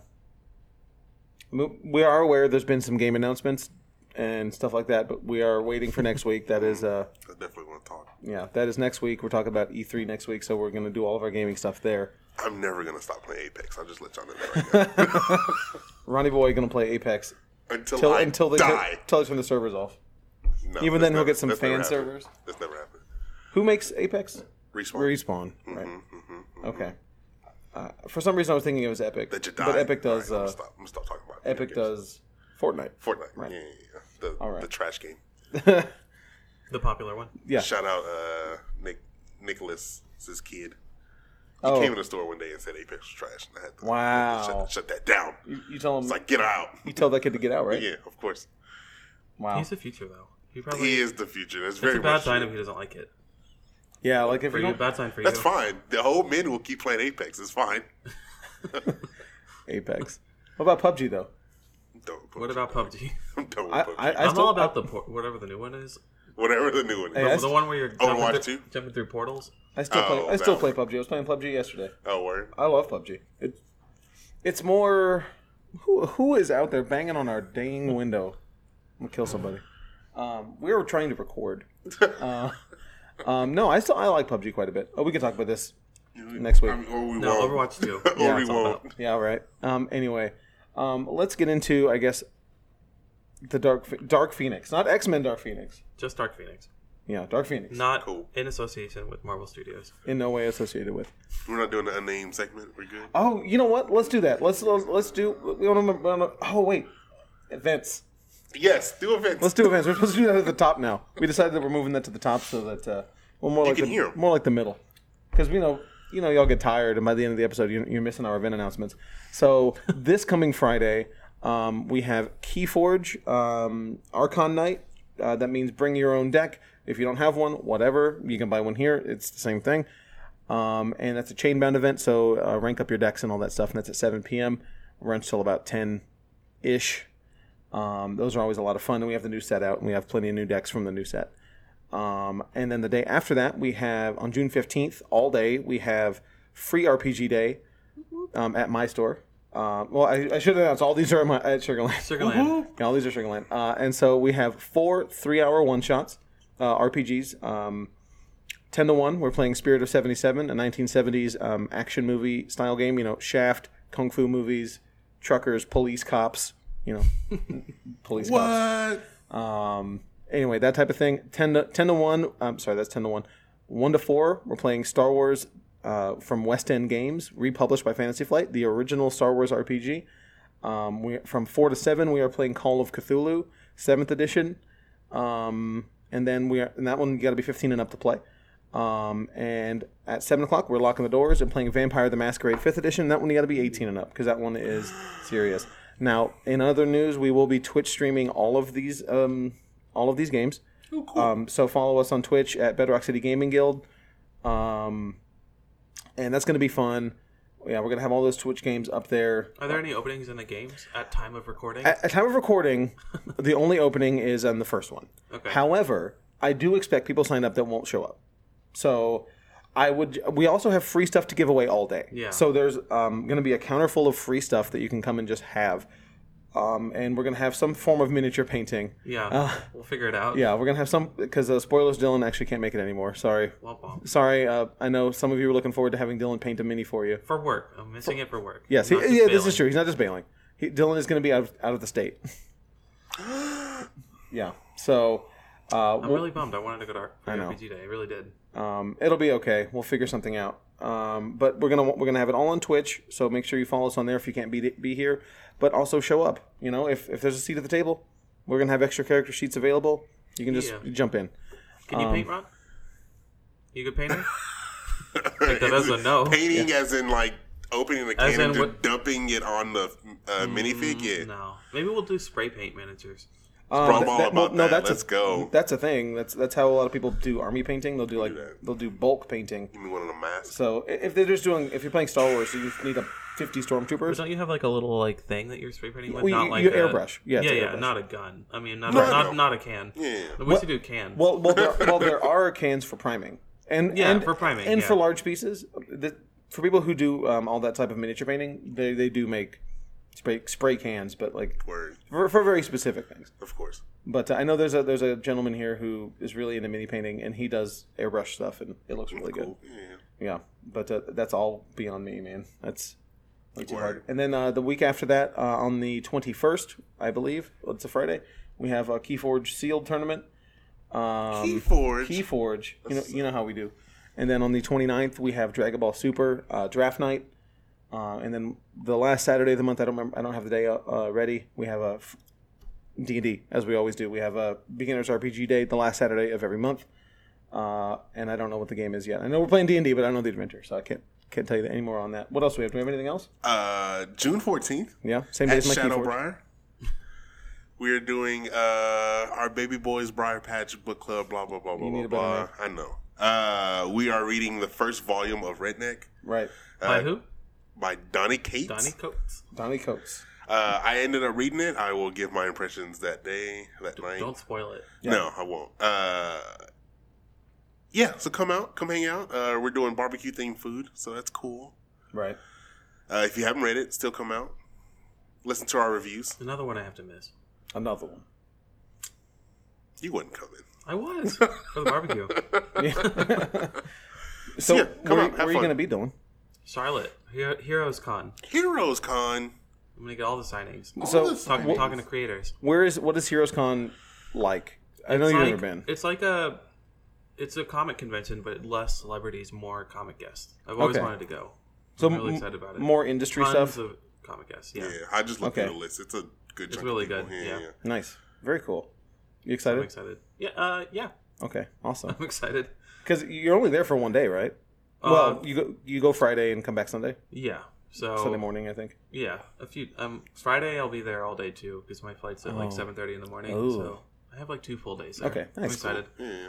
A: mo- we are aware there's been some game announcements and stuff like that, but we are waiting for next week. That is, uh,
B: I definitely want to talk.
A: yeah, that is next week. We're talking about E3 next week, so we're going to do all of our gaming stuff there.
B: I'm never gonna stop playing Apex. I'll just let y'all know that right now.
A: Ronnie Boy going to play Apex
B: until
A: till
B: I
A: until they
B: die.
A: till they turn the servers off.
B: No,
A: Even
B: that's
A: then, he'll
B: never-
A: get some
B: that's
A: fan
B: never happened.
A: servers.
B: That's never happened.
A: Who makes Apex?
B: Respawn.
A: Respawn,
B: Mm-hmm,
A: right? Okay. Uh, for some reason, I was thinking it was Epic,
B: That you die.
A: but Epic does.
B: All right, I'm, gonna
A: uh,
B: stop. I'm gonna stop talking about
A: Epic
B: video games.
A: does Fortnite.
B: Fortnite.
A: Right.
B: Yeah, yeah, yeah. The,
A: right.
B: the trash game.
C: The popular one.
A: Yeah.
B: Shout out uh, Nick Nicholas, it's his kid. He
A: Oh.
B: came in the store one day and said Apex was trash, and I had to
A: Wow.
B: shut, shut that down.
A: You, you tell him.
B: It's like get out.
A: you tell that kid to get out, right?
B: yeah, of course.
A: Wow.
C: He's the future though. He probably.
B: He is the future. That's
C: it's
B: very
C: a bad
B: much
C: sign
B: true.
C: if he doesn't like it.
A: Yeah, like if
C: For
A: you
C: you,
A: don't,
C: bad sign for you.
B: That's fine. The whole men will keep playing Apex. It's fine.
A: Apex. What about PUBG though?
B: Don't put
C: What about PUBG?
B: I'm done with
A: I-
B: PUBG.
A: I- I-
C: I'm
A: still-
C: all about the por- whatever the new one is.
B: Whatever the new one.
A: Hey,
B: is.
A: I-
C: The one where you're
B: Overwatch
C: jumping, through,
B: 2?
C: jumping through portals.
A: I still play.
B: Oh,
A: I still
B: that
A: play PUBG. I was playing PUBG yesterday.
B: Oh, word.
A: I love PUBG. It, it's more. Who who is out there banging on our dang window? I'm gonna kill somebody. Um, we were trying to record. Uh, um, no, I still I like PUBG quite a bit. Oh, we can talk about this next week.
B: I mean, or we
C: No,
B: won't.
C: Overwatch 2.
B: or
A: Yeah,
B: we
A: it's
C: all
B: won't.
A: Yeah, all right. Um, anyway, um, let's get into I guess the Dark Ph- Dark Phoenix, not X Men Dark Phoenix.
C: Just Dark Phoenix.
A: Yeah, Dark Phoenix.
C: Not
B: Cool.
C: in association with Marvel Studios.
A: In no way associated with.
B: We're not doing the unnamed segment. We're good.
A: Oh, you know what? Let's do that. Let's let's, let's do. We want to. Oh wait, events.
B: Yes, do events.
A: Let's do events. We're supposed to do that at the top now. We decided that we're moving that to the top so that uh, well, more like
B: can
A: the,
B: hear 'em.
A: more like the middle, because we know you know y'all get tired, and by the end of the episode, you're, you're missing our event announcements. So this coming Friday, um, we have Keyforge um, Archon Night. Uh, that means bring your own deck. If you don't have one, whatever, you can buy one here. It's the same thing. Um, and that's a chain bound event, so uh, rank up your decks and all that stuff. And that's at 7 p.m. Runs till about 10 ish. Um, those are always a lot of fun. And we have the new set out, and we have plenty of new decks from the new set. Um, and then the day after that, we have on June 15th, all day, we have free RPG day um, at my store. Um, well, I, I should announce all these are at, my, at Sugarland.
C: Sugarland.
A: Yeah, all these are Sugarland. Uh, and so we have four three hour one shots, uh, RPGs. Um, 10 to 1 we're playing spirit of 77 a 1970s um, action movie style game you know shaft kung fu movies truckers police cops you know police cops
B: What?
A: um, anyway that type of thing 10 to, 10 to 1 i'm sorry that's 10 to 1 1 to 4 we're playing star wars uh, from west end games republished by fantasy flight the original star wars rpg um, we, from 4 to 7 we are playing call of cthulhu 7th edition um, and then we are and that one you got to be 15 and up to play um, and at 7 o'clock we're locking the doors and playing vampire the masquerade 5th edition that one you got to be 18 and up because that one is serious now in other news we will be twitch streaming all of these um, all of these games um, so follow us on twitch at bedrock city gaming guild um, and that's going to be fun yeah we're going to have all those twitch games up there
C: Are there any openings in the games at time of recording?
A: at, at time of recording, the only opening is on the first one.
C: Okay.
A: However, I do expect people signed up that won't show up. So I would. We also have free stuff to give away all day.
C: Yeah.
A: So there's um, going to be a counter full of free stuff that you can come and just have. Um, and we're going to have some form of miniature painting.
C: Yeah,
A: Uh,
C: we'll figure it out.
A: Yeah, we're going to have some because uh, spoilers. Dylan actually can't make it anymore. Sorry.
C: Womp womp.
A: Sorry. Uh, I know some of you were looking forward to having Dylan paint a mini for you.
C: For work, I'm missing it for work.
A: Yes. He,
C: I'm
A: yeah,
C: not just
A: this is
C: bailing.
A: true. He's not just bailing. He, Dylan is going to be out of, out of the state. yeah. So. Uh,
C: I'm
A: we'll-
C: really bummed. I wanted to go to
A: I know.
C: RPG Day. I really did.
A: Um, it'll be okay. We'll figure something out. Um, but we're gonna we're gonna have it all on Twitch, so make sure you follow us on there if you can't be be here. But also show up. You know, if if there's a seat at the table, we're gonna have extra character sheets available. You can just
C: Yeah.
A: jump in.
C: Can you
A: Um,
C: paint, Ron? You good painter?
B: Like
C: that as a no.
B: Painting as in like opening the
C: As
B: can and
C: in
B: just
C: what-
B: dumping it on the uh, minifig. Yeah.
C: No. Maybe we'll do spray paint miniatures.
A: Um,
B: Bro, I'm all about that.
A: a-
B: Let's go.
A: That's a thing. That's that's how a lot of people do army painting. They'll do like
B: that.
A: they'll do bulk painting.
B: Give me one of the masks.
A: So i- if they're just doing if you're playing Star Wars, you just need a 50 stormtroopers.
C: But don't you have like a little like thing that you're spray painting with?
A: Well,
C: not
A: you-
C: like
A: you
C: a,
A: airbrush. Yeah, it's
C: yeah,
A: an
C: yeah.
A: airbrush.
C: Not a gun. I mean, not
B: No,
C: a, not,
B: no.
C: not a can.
B: Yeah.
C: We should do can.
A: Well, well, there, well, there are cans for priming, and
C: Yeah,
A: and,
C: for priming,
A: and
C: yeah.
A: for large pieces. The, for people who do um, all that type of miniature painting, they, they do make spray spray cans, but like
B: Word,
A: for, for very specific things.
B: of course.
A: But uh, I know there's a there's a gentleman here who is really into mini painting, and he does airbrush stuff, and it looks really good.
B: Yeah.
A: Yeah, but uh, that's all beyond me, man. That's way too
B: Word.
A: hard. And then uh, the week after that, uh, on the 21st, I believe, well, it's a Friday, we have a Keyforge sealed tournament. Um,
B: Keyforge?
A: Keyforge. You know, you know how we do. And then on the 29th, we have Dragon Ball Super uh, draft night. Uh, and then the last Saturday of the month, I don't remember. I don't have the day uh, uh, ready. We have a D and D as we always do. We have a beginners RPG day the last Saturday of every month. Uh, and I don't know what the game is yet. I know we're playing D and D, but I don't know the adventure, so I can't can't tell you any more on that. What else do we have? Do we have anything else?
B: Uh, June fourteenth
A: Yeah, same day
B: at
A: as my
B: Shadow
A: keyboard.
B: Briar. We are doing uh, our Baby Boys Briar Patch Book Club. Blah blah blah blah
A: need a
B: blah.
A: better
B: blah. I know. Uh, we are reading the first volume of Redneck Uh,
A: Right,
C: By who?
B: by Donnie Cates.
C: Donnie Coates.
A: Donnie Coates.
B: Uh, I ended up reading it. I will give my impressions that day, that night.
C: Don't spoil it.
A: Yeah.
B: No, I won't. Uh, yeah, so come out, come hang out. Uh, we're doing barbecue themed food, so that's cool.
A: Right.
B: Uh, if you haven't read it, still come out. Listen to our reviews.
C: Another one I have to miss.
A: Another one.
B: You wouldn't come in.
C: I was for the barbecue.
A: Yeah. so
B: Yeah, come
A: where,
B: on, have
A: where are you
B: fun.
A: going to be, Dylan?
C: Charlotte, Hero Heroes Con.
B: Heroes Con.
C: I'm gonna get all the signings.
A: so
B: this-
C: Talking,
B: Nice.
C: talking to creators.
A: where is what is Heroes Con like? I know
C: It's
A: you've
C: like,
A: never been.
C: It's like a, it's a comic convention, but less celebrities, more comic guests. I've always
A: Okay.
C: wanted to go.
A: So
C: I'm really
A: m-
C: excited about it.
A: More industry
C: Tons
A: stuff.
C: of comic guests. Yeah,
B: Yeah, I just looked
A: Okay.
B: at the list. It's a good. Chunk of
C: really
B: people.
C: good, yeah.
A: nice. Very cool. You
C: I'm
A: excited?
C: excited. Yeah, uh, yeah,
A: Okay. Awesome.
C: I'm excited.
A: Because you're only there for one day, right?
C: Uh,
A: well, you go you go Friday and come back Sunday,
C: Yeah. So
A: Sunday morning, I think.
C: yeah, a few. Um, Friday I'll be there all day too because my flight's at
A: Oh.
C: like 7:30 in the morning.
A: Ooh.
C: So I have like two full days. There.
A: Okay,
C: I'm
A: that's
C: excited.
B: Yeah, yeah.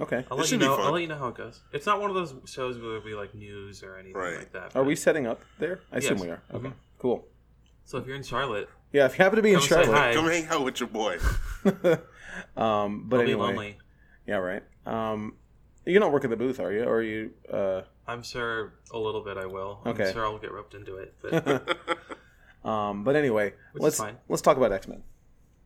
A: Okay.
C: I'll
B: It
C: let you
B: should be
C: know.
B: fun.
C: I'll let you know how it goes. It's not one of those shows where there'll be like news or anything
B: Right.
C: like that.
A: Are
C: but-
A: we setting up there? I assume
C: Yes.
A: we are. Okay.
C: Mhm.
A: Cool.
C: So if you're in Charlotte,
A: Yeah, if you happen to be in
C: Come say
A: Charlotte,
C: hi.
B: Come hang out with your boy.
A: um, but
C: I'll be
A: anyway,
C: lonely.
A: yeah, right. Um, you're not working the booth, are you? Or are you? Uh,
C: I'm sure a little bit I will.
A: Okay.
C: I'm sure I'll get roped into it. But
A: um, but anyway,
C: Which is
A: let's
C: fine.
A: let's talk about X Men.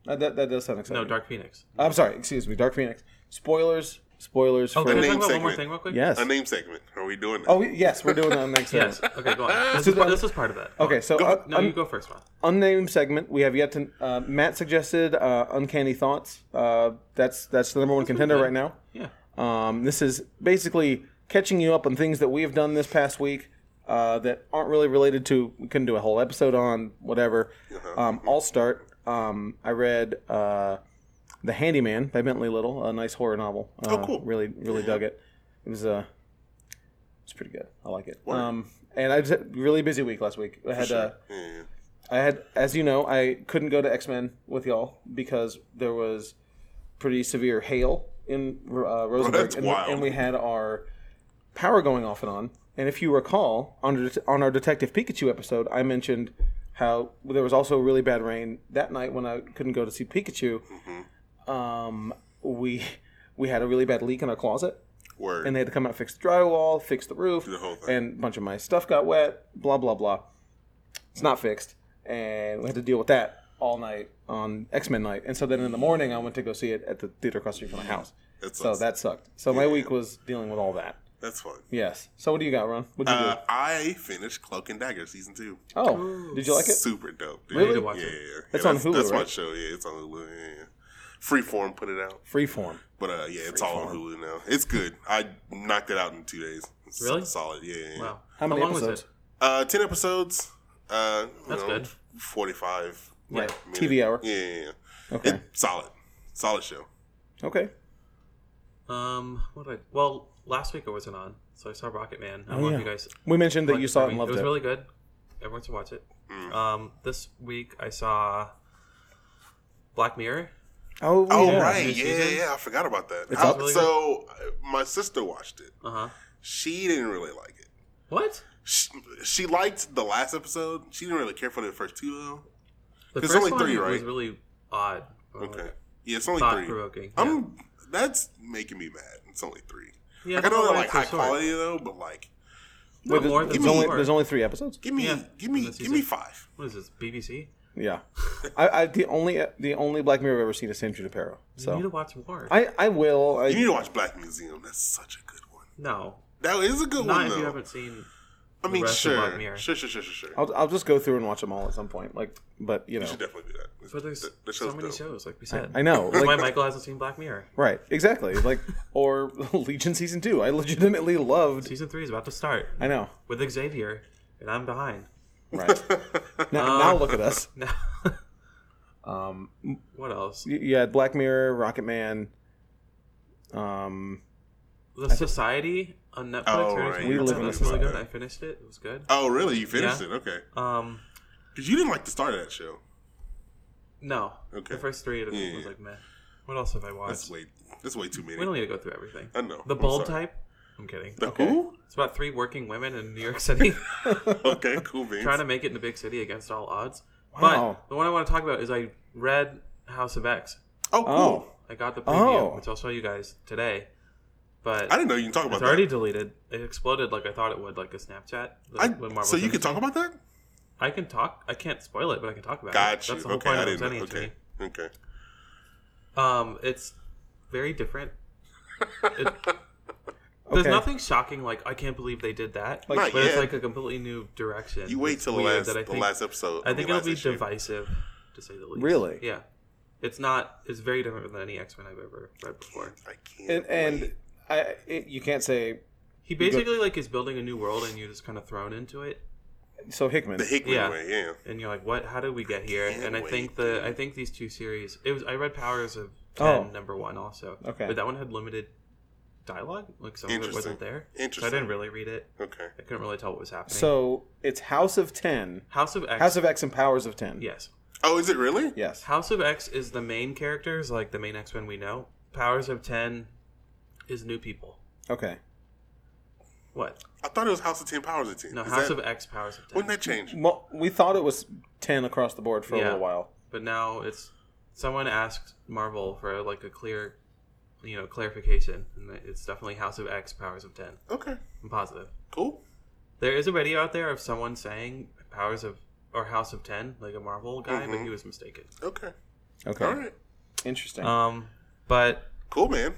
A: That, that that does sound exciting.
C: no, Dark Phoenix.
A: I'm sorry. Excuse me, Dark Phoenix. Spoilers. Spoilers
C: Oh,
A: for
C: can I
B: name
C: talk about one more
B: segment.
C: thing real quick?
A: yes.
B: A name segment. Are we doing that?
A: Oh yes, we're doing that on next.
C: Yes.
A: segment.
C: Okay, go on. This,
A: So
C: is, part-
A: then-
C: this is part of that. Go
A: Okay,
C: on.
A: so uh,
C: no,
A: un-
C: you go first, Ron.
A: unnamed segment. We have yet to. Uh, Matt suggested uh, uncanny thoughts. Uh, that's that's the number one contender
C: good.
A: right now.
C: Yeah.
A: Um, this is basically catching you up on things that we have done this past week uh, that aren't really related to. We couldn't do a whole episode on whatever.
B: Uh-huh.
A: Um, I'll start. Um, I read uh, The Handyman by Bentley Little, a nice horror novel. Uh,
B: Oh, cool.
A: Really, really dug it. It was uh, it's pretty good. I like it.
B: Word.
A: Um, and I just had a really busy week last week. I had uh,
B: Yeah.
A: I had, as you know, I couldn't go to X Men with y'all because there was pretty severe hail in uh, Rosenberg,
B: that's
A: and,
B: wild.
A: and we had our power going off and on. And if you recall, on, det- on our Detective Pikachu episode, I mentioned how there was also really bad rain that night when I couldn't go to
B: Mm-hmm.
A: see Pikachu. Um, we we had a really bad leak in our closet,
B: Word.
A: and they had to come out and fix the drywall, fix the roof,
B: Do the whole thing.
A: and a bunch of my stuff got wet. Blah blah blah. It's not fixed, and we had to deal with that all night on X Men night. And so then in the morning, I went to go see it at the theater across the street from my house.
B: That
A: so
B: sucks.
A: that sucked. So my week was dealing with all that.
B: That's fun.
A: Yes. So what do you got, Ron? What did you
B: Uh, I finished Cloak and Dagger season two.
A: do? Oh, did you like it?
B: Super dope, dude.
A: Really?
C: I need to watch
B: Yeah, yeah,
C: it.
B: yeah.
A: That's
B: Yeah,
A: on Hulu,
B: That's my
A: right?
B: show. Yeah, it's on Hulu. Yeah, yeah. Freeform put it out,
A: Freeform.
B: but uh, yeah, it's all on Hulu now. It's good. I knocked it out in two days. It's
C: Really?
B: Solid. Yeah. yeah, yeah.
C: Wow.
A: How many
C: long
A: episodes?
C: was it?
B: Uh, ten episodes. Uh, you
C: That's
B: know,
C: good.
B: Forty-five.
C: Yeah.
B: like, minute.
A: TV hour.
B: Yeah, yeah, yeah.
A: Okay.
B: It, solid, solid show.
A: okay.
C: Um, what did I? Well, last week I wasn't on, so I saw Rocket Man. I don't
A: Oh,
C: know
A: yeah.
C: if you guys.
A: We mentioned that you
C: watched
A: saw it
C: movie.
A: and loved
C: was
A: it.
C: really good. Everyone should watch it.
B: Mm.
C: Um, this week I saw Black Mirror.
A: Oh,
B: Oh
A: yeah.
B: right,
C: New
B: yeah,
C: season?
B: yeah. I forgot about that.
A: It's
B: How-
A: up.
C: Really
B: so uh, my sister watched it.
C: Uh huh.
B: She didn't really like it.
C: What?
B: She, she liked the last episode. She didn't really care for the first two though.
C: The
B: There's
C: first
B: only three,
C: one
B: right?
C: was really odd. Uh,
B: Okay, yeah, it's only
C: Thought
B: three.
C: provoking. Yeah.
B: I'm that's making me mad. It's only three.
C: Yeah,
B: like I know
C: don't
B: they're
C: why
B: like
C: it's so
B: high
C: short.
B: quality though, but like
C: No,
A: Wait,
C: more
A: there's,
C: than
A: there's
C: four.
A: only there's only three episodes.
B: give me,
C: Yeah,
B: give me,
C: this
B: give me
C: season.
B: five.
C: What is this? BBC?
A: Yeah, I, I the only the only Black Mirror I've ever seen is San Junipero.
C: You need to
A: So
C: watch more.
A: I I will.
B: You need
A: I,
B: to watch Black Museum. That's such a good one.
C: no,
B: That is a good
C: not
B: one
C: if
B: though.
C: you haven't seen.
B: I mean,
C: rest of Black
B: sure,
C: Mirror. Oh.
B: sure, sure, sure, sure, sure.
A: I'll I'll just go through and watch them all at some point. Like, but you
B: You
A: know,
B: should definitely do that. It's-
C: But there's
B: that- that
C: so
B: show's
C: many
B: dope.
C: shows, like we said.
A: I know.
C: That's why
A: Like,
C: Michael hasn't seen Black Mirror.
A: right? Exactly. Like, or Legion season two. I legitimately loved.
C: Season three is about to start
A: I know.
C: with Xavier, and I'm behind.
A: Right. Now,
B: Uh.
A: now look at us.
C: No.
A: Um,
C: what else?
A: y- yeah, Black Mirror, Rocket Man. Um,
C: The Society on Netflix.
B: Oh,
C: or anything
B: right.
C: like
A: We
C: that.
A: live in a
C: That's really
B: society.
C: good. I finished it. It was good.
B: Oh, really? You finished
C: Yeah.
B: it? Okay.
C: Um,
B: Because you didn't like the start of that show.
C: no.
B: Okay.
C: The first three it
B: Yeah,
C: was
B: yeah.
C: like meh. What else have I
B: That's
C: watched?
B: way. That's way too many.
C: We don't need to go through everything.
B: I know.
C: The
B: I'm
C: Bold
B: sorry.
C: Type. I'm kidding.
B: The
A: Okay.
B: who?
C: It's about three working women in New York City
B: okay, cool beans.
C: trying to make it in a big city against all odds.
A: Wow.
C: But the one I want to talk about is I read House of X.
B: oh, cool.
A: oh,
C: I got the preview,
A: Oh.
C: which I'll show you guys today. But
B: I didn't know you can talk about
C: it's
B: that.
C: already deleted. It exploded like I thought it would, like a Snapchat.
B: I,
C: like when Marvel
B: so you
C: finished.
B: can talk about that?
C: I can talk. I can't spoil it, but I can talk about it.
B: Got you.
C: That's the whole
B: okay,
C: point
B: I
C: of
B: didn't.
C: presenting
B: Know.
C: it to
B: Okay,
C: me.
B: okay.
C: Um, it's very different. It, There's
A: Okay.
C: nothing shocking. Like I can't believe they did that.
A: Like-
B: Not
C: but it's
B: yet.
C: like a completely new direction.
B: You wait
C: It's
B: till the
C: weird
B: last,
C: that I
B: the
C: think-
B: last episode.
C: I think
B: mean,
C: it'll
B: last
C: be
B: issue.
C: divisive, to say the least.
A: Really?
C: Yeah. It's not. It's very different than any X Men I've ever read before.
B: I can't.
A: and, and
B: wait.
A: I it, you can't say
C: He basically like is building a new world, and you're just kind of thrown into it,
A: so Hickman.
B: the Hickman
C: Yeah.
B: way, yeah.
C: and you're like, "What? How did we get here?"
B: Can't
C: And I think
B: wait,
C: the I think these two series. It was I read Powers of
A: Oh.
C: Ten, number one, also.
A: Okay.
C: But that one had limited dialogue. Like some of it
B: Interesting.
C: wasn't there. So I
B: Interesting.
C: didn't really read it.
B: Okay.
C: I couldn't really tell what was happening.
A: So it's House of Ten,
C: House of X.
A: House of X, and Powers of Ten.
C: yes.
B: Oh, is it really?
A: Yes.
C: House of X is the main characters, like the main X Men we know. Powers of Ten is new people.
A: Okay.
C: What?
B: I thought it was House of Ten, Powers of Ten.
C: No,
B: Is
C: House
B: that,
C: of X, Powers of Ten.
B: Wouldn't that change?
A: Well, we thought it was ten across the board for a
C: Yeah.
A: little while.
C: but now it's someone asked Marvel for like a clear, you know, clarification, and it's definitely House of X, Powers of Ten.
B: Okay.
C: I'm positive.
B: Cool.
C: There is a video out there of someone saying Powers of or House of Ten, like a Marvel guy,
A: Mm-hmm.
C: but he was mistaken.
B: Okay.
A: Okay. Uh,
B: All right.
A: Interesting.
C: Um, but
B: Cool, man.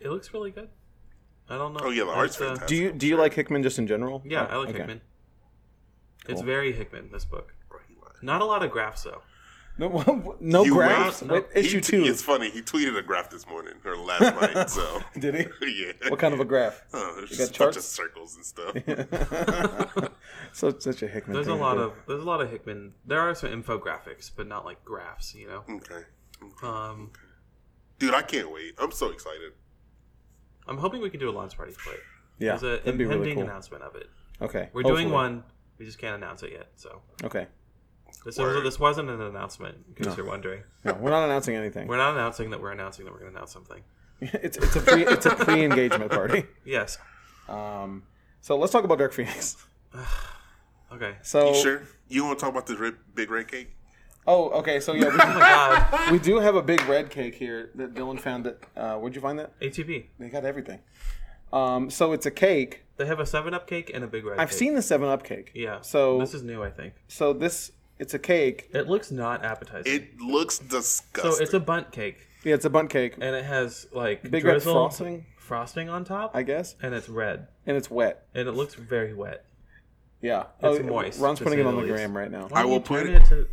C: it looks really good. I don't know.
B: Oh, yeah, the
C: I
B: art's
C: just, uh,
B: fantastic.
A: do you do you like Hickman just in general?
C: Yeah, I like
A: Okay.
C: Hickman. It's
A: Cool.
C: very Hickman. This book.
B: Bro, he lied.
C: Not a lot of graphs though.
A: No, no
B: You
A: graphs.
B: went-
A: What-
B: he
A: issue
B: t-
A: two.
B: It's funny. He tweeted a graph this morning or last night. So
A: Did he?
B: yeah.
A: What kind of a graph?
B: Oh, there's
A: You
B: just
A: got
B: a bunch of
A: charts?
B: circles and stuff.
A: so such a Hickman.
C: There's a
A: thing to
C: lot
A: do.
C: of there's a lot of Hickman. There are some infographics, but not like graphs. You know.
B: okay.
A: Mm.
C: Um,
B: Dude, I can't wait. I'm so excited.
C: I'm hoping we can do a launch party for it.
A: yeah.
C: There's an
A: That'd be
C: impending
A: really cool.
C: announcement of it.
A: Okay.
C: We're
A: hopefully.
C: doing one. We just can't announce it yet. So
A: Okay.
C: this
B: Word.
C: this wasn't an announcement. In case you're wondering,
A: No, we're not announcing anything.
C: we're not announcing that we're announcing that we're going to announce something.
A: it's it's a pre it's a pre engagement party.
C: Yes.
A: Um. So let's talk about Dark Phoenix.
C: Okay.
A: So
B: You sure? You want to talk about this red, big red cake?
A: Oh, okay. So
C: Oh
A: yeah,
C: my god,
A: we, we do have a big red cake here that Dylan found. That uh, where'd you find that?
C: ATB.
A: They got everything. Um, so it's a cake.
C: They have a Seven Up cake and a Big Red.
A: I've
C: cake.
A: seen the Seven Up cake.
C: Yeah.
A: So
C: this is new, I think.
A: so this it's a cake.
C: It looks not appetizing.
B: It looks
C: so
B: disgusting.
C: it's a bunt cake,
A: Yeah, it's a bunt cake.
C: and it has like
A: Big red
C: drizzle
A: frosting,
C: frosting on top,
A: I guess,
C: and it's red,
A: and it's wet.
C: and it looks very wet.
A: Yeah, Oh,
C: It's moist,
A: Ron's
C: to
A: putting
C: say
A: it
C: the
A: on the
C: least.
A: gram right now.
B: I
C: Why
B: will
C: you
B: put
C: turn it to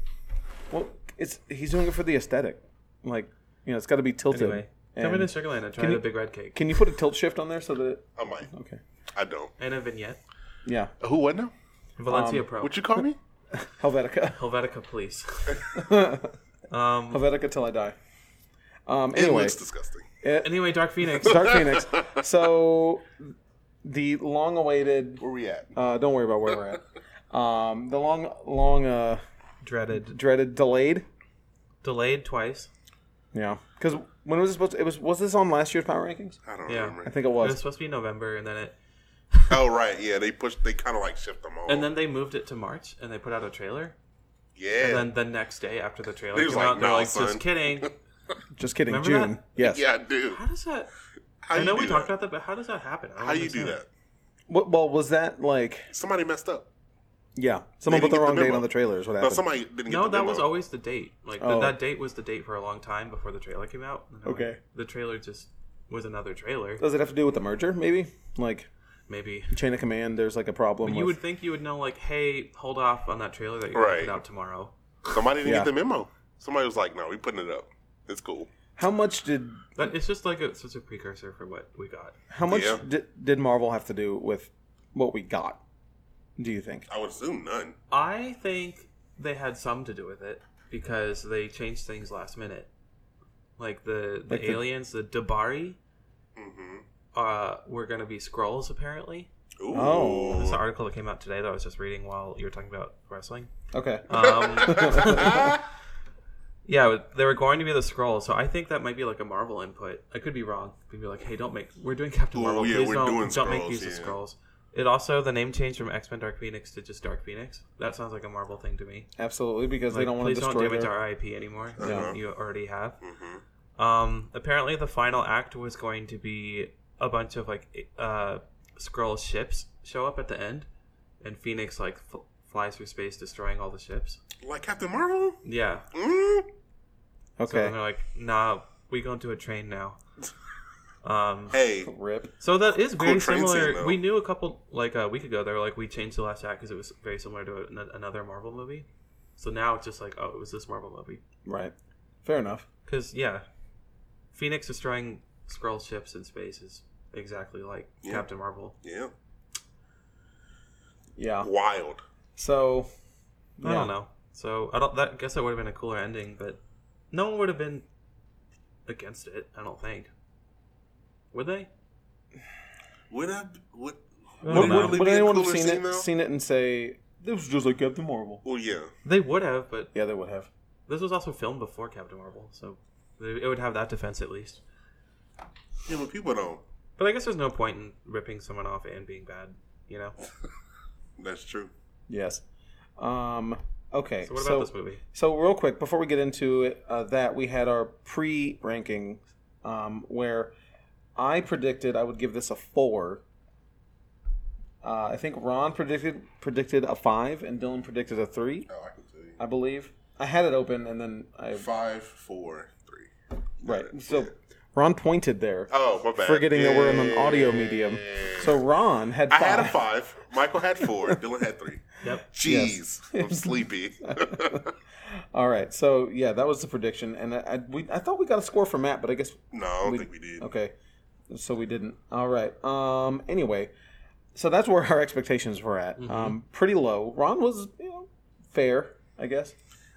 A: Well, it's he's doing it for the aesthetic. Like you know, it's got to be tilted.
C: anyway. Come
A: And-
C: into Sugar Land and try
A: Can you-
C: the Big Red cake
A: Can you put a tilt shift on there so that? It,
B: I might.
A: okay.
B: I don't.
C: and a vignette.
A: Yeah,
B: Who what now?
C: Valencia
A: Um,
C: Pro.
B: What you call me?
A: Helvetica.
C: Helvetica, please.
A: Helvetica till I die. Um.
B: It
A: Anyway,
B: looks disgusting.
C: anyway, Dark Phoenix.
A: Dark Phoenix. So the long-awaited.
B: Where we at?
A: Uh, don't worry about where we're at. Um, the long, long, uh,
C: dreaded.
A: dreaded delayed.
C: Delayed twice.
A: Yeah, because when was it supposed? To, it was was this on last year's power rankings?
B: I don't
C: Yeah.
A: I
B: remember.
A: think it
C: It was
A: was.
C: supposed to be November, and then it,
B: Oh right, yeah. They pushed. They kind of like shipped them all.
C: and then they moved it to March, and they put out a trailer.
B: yeah,
C: And then the next day after the trailer
B: They was
C: came
B: like,
C: out, they're
B: "Nah,
C: like,
B: son."
C: just kidding.
A: Just kidding.
C: Remember
A: June.
C: that?
A: Yes.
B: yeah, I do.
C: How does that?
B: How
C: I
B: you
C: know
B: do
C: we
B: that?
C: talked about that, but how does that happen? I don't
B: How you do
C: understand.
B: that?
A: Well, well, was that like?
B: Somebody messed up.
A: Yeah, someone
B: They
A: put the
B: didn't get
A: wrong
B: the
A: date
B: memo.
A: on the trailer. Is what
B: No,
A: happened?
B: somebody didn't get
C: No,
B: the
C: that
B: memo.
C: was always the date. Like th-
A: Oh.
C: that date was the date for a long time before the trailer came out. And I'm like,
A: Okay.
C: the trailer just was another trailer.
A: Does it have to do with the merger? Maybe like
C: Maybe
A: chain of command. There's like a problem. with,
C: you would think you would know, like, hey, hold off on that trailer that you're gonna
B: Right.
C: put out tomorrow.
B: Somebody didn't
A: Yeah.
B: get the memo. Somebody was like, "No, we putting it up. It's cool."
A: How much did
C: But it's just like a, it's just a precursor for what we got.
A: how much
B: Yeah.
A: did, did Marvel have to do with what we got? Do you think?
B: I would assume none.
C: I think they had some to do with it because they changed things last minute. Like the the
A: Like the-
C: aliens, the Dabari,
B: Mm-hmm.
C: uh, were going to be scrolls apparently.
B: Ooh.
A: Oh.
C: This is an article that came out today that I was just reading while you were talking about wrestling.
A: Okay.
C: Um,
B: Ah,
C: yeah, they were going to be the scrolls, so I think that might be like a Marvel input. I could be wrong. People be like, "Hey, don't make we're doing Captain
B: Oh,
C: Marvel.
B: yeah,
C: Please
B: we're
C: don't,
B: doing
C: don't make
B: Skrulls,
C: these the
B: yeah."
C: scrolls." It also the name change from X Men Dark Phoenix to just Dark Phoenix. That sounds like a Marvel thing to me.
A: Absolutely, because they
C: Like,
A: don't want to
C: please
A: destroy
C: don't damage
A: their-
C: our IP anymore.
B: Yeah.
C: You already have.
B: Mhm.
C: Um, apparently, the final act was going to be a bunch of like uh, scroll ships show up at the end, and Phoenix like fl- flies through space, destroying all the ships.
B: Like Captain Marvel?
C: Yeah.
B: Mm?
C: So then
A: Okay.
C: they're like, "Nah, we going to a train now." Um.
B: Hey,
A: Rip.
C: So that is
B: train
C: very
B: scene,
C: similar.
B: though.
C: we knew a couple like a week ago. They were like, we changed the last act because it was very similar to an- another Marvel movie. So now it's just like, oh, it was this Marvel movie.
A: Right. Fair enough.
C: Because yeah, Phoenix destroying Skrull ships in space is exactly like
B: Yeah.
C: Captain Marvel.
B: yeah,
A: Yeah.
B: wild.
A: So.
C: I
A: yeah.
C: don't know. So I don't. That guess that would have been a cooler ending, but no one would have been against it. I don't think. Would they?
B: Would I? Would?
C: I
A: Would,
C: don't know.
A: would-
B: Really
A: would
B: be a
A: anyone have
B: cooler
A: seen
B: scene,
A: it,
B: though?
A: seen it and say this was just like Captain Marvel?
B: Well, yeah.
C: They would have, but
A: Yeah, they would have.
C: this was also filmed before Captain Marvel, so they- it would have that defense at least.
B: Yeah, but people don't.
C: But I guess there's no point in ripping someone off and being bad, you know.
B: That's true.
A: Yes. Um. Okay.
C: So what about
A: so,
C: this movie?
A: So real quick, before we get into it, uh, that we had our pre-ranking, um, where I predicted I would give this a four. Uh, I think Ron predicted predicted a five, and Dylan predicted a three.
B: Oh, I can tell you.
A: I believe I had it open, and then I
B: Five, four, three.
A: right. So Ron pointed there,
B: Oh, my bad.
A: forgetting that we're in an audio
B: Yeah.
A: medium. So Ron had
B: I
A: five.
B: had a five. Michael had four. Dylan had three.
C: Yep.
B: Jeez, I'm sleepy.
A: All right, so yeah, that was the prediction, and I I, we, I thought we got a score for Matt, but I guess
B: no, I don't think we did.
A: Okay. So we didn't. All right. Um. Anyway, so that's where our expectations were at. Um. Pretty low. Ron was, you know, fair, I guess.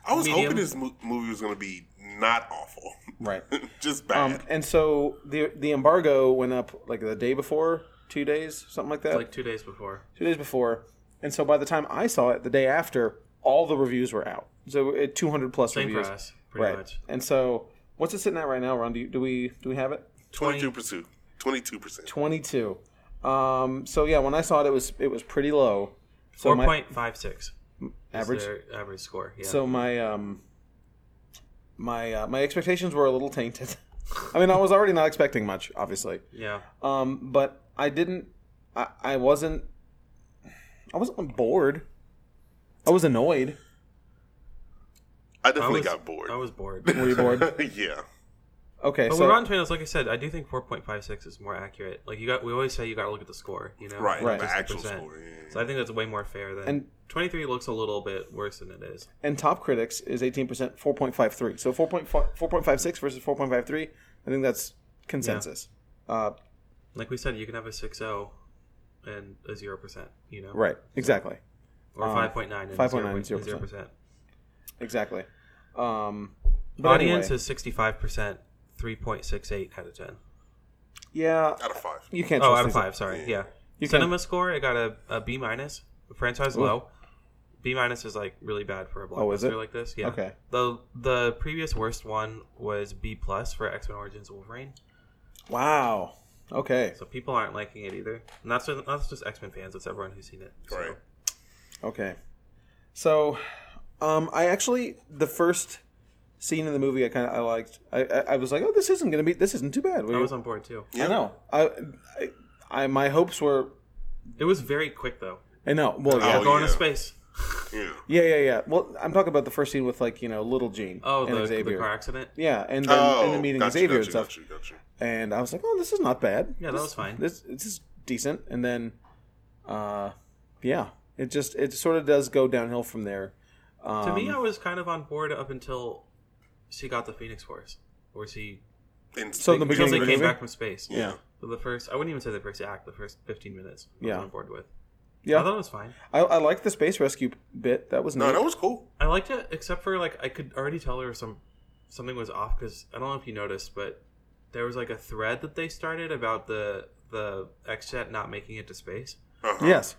B: I was
C: Medium.
B: hoping this mo- movie was going to be not awful,
A: Right.
B: just
A: Um.
B: bad.
A: And so the the embargo went up like the day before, two days, something like that,
C: Like two days before.
A: two days before. And so by the time I saw it, the day after, all the reviews were out. So it, 200 plus
C: Same
A: reviews.
C: price, pretty
A: right.
C: much.
A: And so what's it sitting at right now, Ron? Do, you, do we do we have it?
B: Twenty-two percent. Twenty-two percent.
A: 22. Um. So yeah, when I saw it, it was it was pretty low. So
C: Four
A: my-
C: point five six.
A: Average?
C: Average score. Yeah.
A: So my um my uh, my expectations were a little tainted. I mean, I was already not expecting much, obviously.
C: Yeah.
A: Um, but I didn't. I, I wasn't. I wasn't bored. I was annoyed.
B: I
C: I
B: definitely
C: was,
B: got bored.
C: I was bored.
A: Were you bored?
B: yeah.
A: Okay,
C: But
A: so
C: with Rotten Tomatoes, like I said, I do think 4.56 is more accurate. Like you got, we always say you got to look at the score, you know,
B: Right.
A: Right.
B: The
A: Just
B: actual
C: percent.
B: score. yeah, yeah,
C: So I think that's way more fair than.
A: And-
C: 23 looks a little bit worse than it is.
A: and top critics is 18% 4.53 so 4.5 4.56 versus 4.53 i think that's consensus uh,
C: Like we said, you can have a 6.0 and a 0%, you know?
A: right Uh, exactly
C: Or 5.9 and
A: 5.9
C: 0%.
A: and
C: 0%.
A: exactly um but
C: Audience
A: anyway,
C: is 65%, 3.68 out of 10.
A: yeah
B: Out of five.
A: you can't
C: Oh,
A: trust
C: out of
A: things-
C: 5, sorry. Yeah.
A: You can-
C: Cinema score, it got a, a B minus. Franchise low. B minus is like really bad for a blockbuster
A: Oh, is it?
C: like this. Yeah.
A: Okay.
C: The the previous worst one was B plus for X Men Origins Wolverine.
A: wow okay
C: So people aren't liking it either. And that's just, that's just X Men fans. It's everyone who's seen it. So-
B: Right.
A: okay so um i actually the first scene in the movie i kind of i liked I, I i was like oh this isn't gonna be this isn't too bad
C: I was on board too.
A: I know I, I i my hopes were
C: It was very quick though.
A: i know well yeah.
B: Oh,
C: They're going
B: yeah.
C: to space.
B: Yeah.
A: Yeah, yeah, yeah. Well, I'm talking about the first scene with like you know little Jean
C: Oh,
A: and
C: the,
A: Xavier.
C: the car accident.
A: Yeah, and then
B: Oh,
A: and then meeting
B: gotcha,
A: Xavier
B: gotcha,
A: and stuff.
B: Gotcha, gotcha.
A: And I was like, oh, this is not bad.
C: Yeah, that
A: This-
C: was fine.
A: This this is decent. And then, uh, yeah, it just it sort of does go downhill from there. Um,
C: to me, I was kind of on board up until she got the Phoenix Force, or she
B: And
A: So the
B: they-
C: because
A: beginning
C: they
A: of
C: came
A: the movie?
C: back from space.
A: yeah,
C: So the first, I wouldn't even say the first act, the first 15 minutes. I
A: Yeah.
C: was on board with. I
A: yeah.
C: thought it was fine.
A: I, I like the space rescue bit. That was
B: No,
A: neat.
B: that was cool.
C: I liked it, except for like I could already tell there was some something was off because I don't know if you noticed, but there was like a thread that they started about the the X Jet not making it to space,
B: Uh-huh.
A: Yes.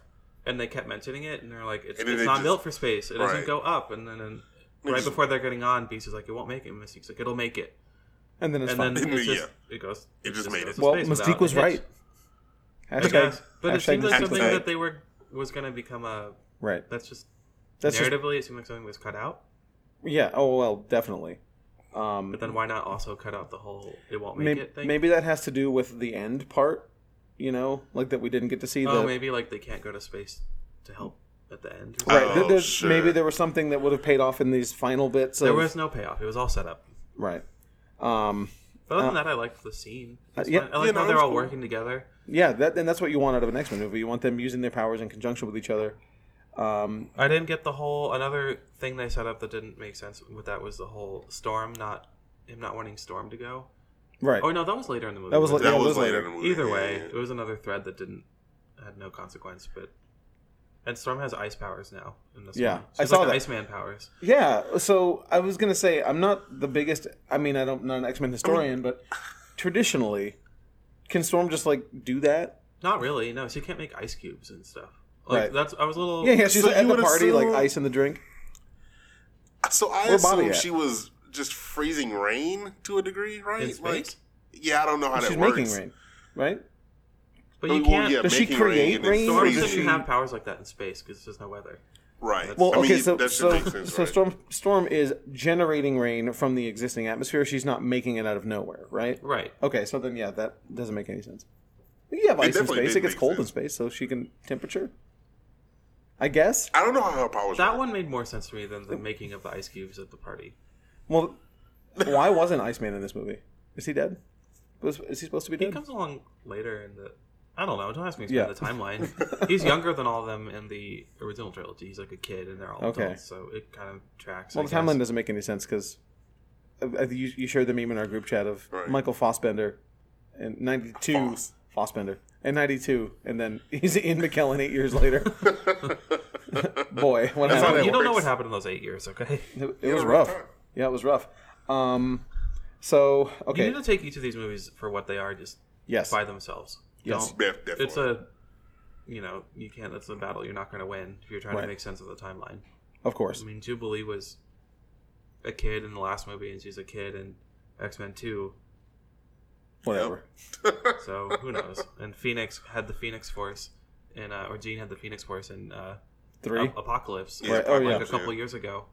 C: and they kept mentioning it, and they're like, "It's,
B: And then
C: it's
B: they
C: not
B: just-
C: built for space. It doesn't
B: Right.
C: go up." And then and
B: They
C: right
B: just-
C: before they're getting on, Beast is like, "It won't make it." And Mystique's like, "It'll make it."
A: And then it's
C: and
A: fine.
C: then it's
B: Yeah.
C: just, it goes.
B: It just made
C: goes
B: it.
C: to
A: well,
C: space
A: Mystique
C: without
A: was
C: a hitch.
A: right.
C: I guess, but it
A: hashtag
C: seemed like
A: Mystique was
B: Mystique
C: something
B: was right.
C: that they were was going to become a.
A: right.
C: That's just
A: That's just
C: narratively, it seemed like something was cut out.
A: yeah. Oh well, definitely. Um,
C: But then why not also cut out the whole "it won't make
A: maybe,
C: it" thing?
A: maybe that has to do with the end part, you know, like that we didn't get to see
C: Oh,
A: the
C: maybe like they can't go to space to help at the end.
A: right.
B: Oh,
A: th- there's-
B: sure.
A: Maybe there was something that would have paid off in these final bits. Of,
C: There was no payoff. It was all set up.
A: right. Um,
C: But other than that, I liked the scene. It's
A: uh, yeah,
C: fun. I like
B: yeah, no,
C: how
B: it
C: they're
B: was
C: all
B: cool.
C: working together.
A: yeah, that and that's what you want out of an X Men movie. You want them using their powers in conjunction with each other. Um,
C: I didn't get the whole another thing they set up that didn't make sense with that was the whole storm not him not wanting storm to go.
A: right.
C: Oh no, that was later in the movie.
A: That was
C: wasn't
A: Yeah,
B: That
A: it
B: was
A: was
B: later
A: later.
B: in the
C: it?
B: movie.
C: Either
B: yeah,
C: way,
B: yeah.
C: it was another thread that didn't had no consequence, but and Storm has ice powers now in this
A: Yeah,
C: one.
A: I
C: She's
A: saw
C: like
A: that.
C: Iceman powers.
A: Yeah. So I was gonna say I'm not the biggest. I mean, I don't not an X Men historian, but traditionally, can Storm just like do that?
C: Not really. No, she can't make ice cubes and stuff. Like
A: Right.
C: that's I was a little
A: Yeah, yeah. She's
B: So
A: at
B: you
A: the
B: would
A: party, like
B: assume-
A: ice in the drink.
B: So I
A: Where Bobby
B: assume
A: at?
B: she was just freezing rain to a degree, right?
C: in space.
B: Like, yeah, I don't know how
A: She's
B: that works.
A: making rain, right?
C: But
B: Oh,
C: you
B: well,
C: can't.
B: yeah,
A: Does she
B: making
A: create
B: and then
A: rain,
C: Storm
A: Storm
B: freezing.
A: does she-
C: doesn't have powers like that in space because there's no weather.
B: Right.
A: Well,
B: I mean,
A: okay,
B: you-
A: so
B: that should
A: so,
B: make sense,
A: so
B: right?
A: storm storm is generating rain from the existing atmosphere. She's not making it out of nowhere, right?
C: Right.
A: Okay, so then yeah, that doesn't make any sense. You have ice in
B: definitely
A: space;
B: did
A: it gets
B: make
A: cold in
B: sense.
A: space, so she can temperature. I guess.
B: I don't know how her powers
C: That
B: work.
C: one made more sense to me than the making of the ice cubes at the party.
A: Well, why wasn't Iceman in this movie? Is he dead? Was, is he supposed to be
C: He
A: dead?
C: comes along later in the. I don't know. Don't ask me to
A: Yeah.
C: explain the timeline. He's younger than all of them in the original trilogy. He's like a kid, and they're all
A: Okay.
C: adults, so it kind of tracks.
A: well,
C: I
A: the timeline
C: guess.
A: doesn't make any sense because you, you shared the meme in our group chat of
B: Right.
A: Michael Fossbender in '92.
B: Foss.
A: Fossbender in '92, and then he's in McKellen eight years later. Boy, what happened?
B: That's how that
C: You don't know
B: works.
C: what happened in those eight years, okay?
A: It, it was
B: Yeah,
A: rough.
B: right.
A: Yeah, it was rough. Um, so
C: You
A: okay,
C: need to take each of these movies for what they are, just
A: yes,
C: by themselves.
A: Yes.
C: Don't-
B: Def- definitely.
C: it's a, you know, you can't. That's a battle you're not going to win if you're trying
A: Right.
C: to make sense of the timeline.
A: of course.
C: I mean, Jubilee was a kid in the last movie, and she's a kid in X Men Two.
A: Whatever.
C: So who knows? And Phoenix had the Phoenix Force, and uh, or Jean had the Phoenix Force in uh,
A: Three.
C: Ap- Apocalypse,
B: Yeah,
A: Right, oh,
C: like
A: yeah.
C: a couple years ago.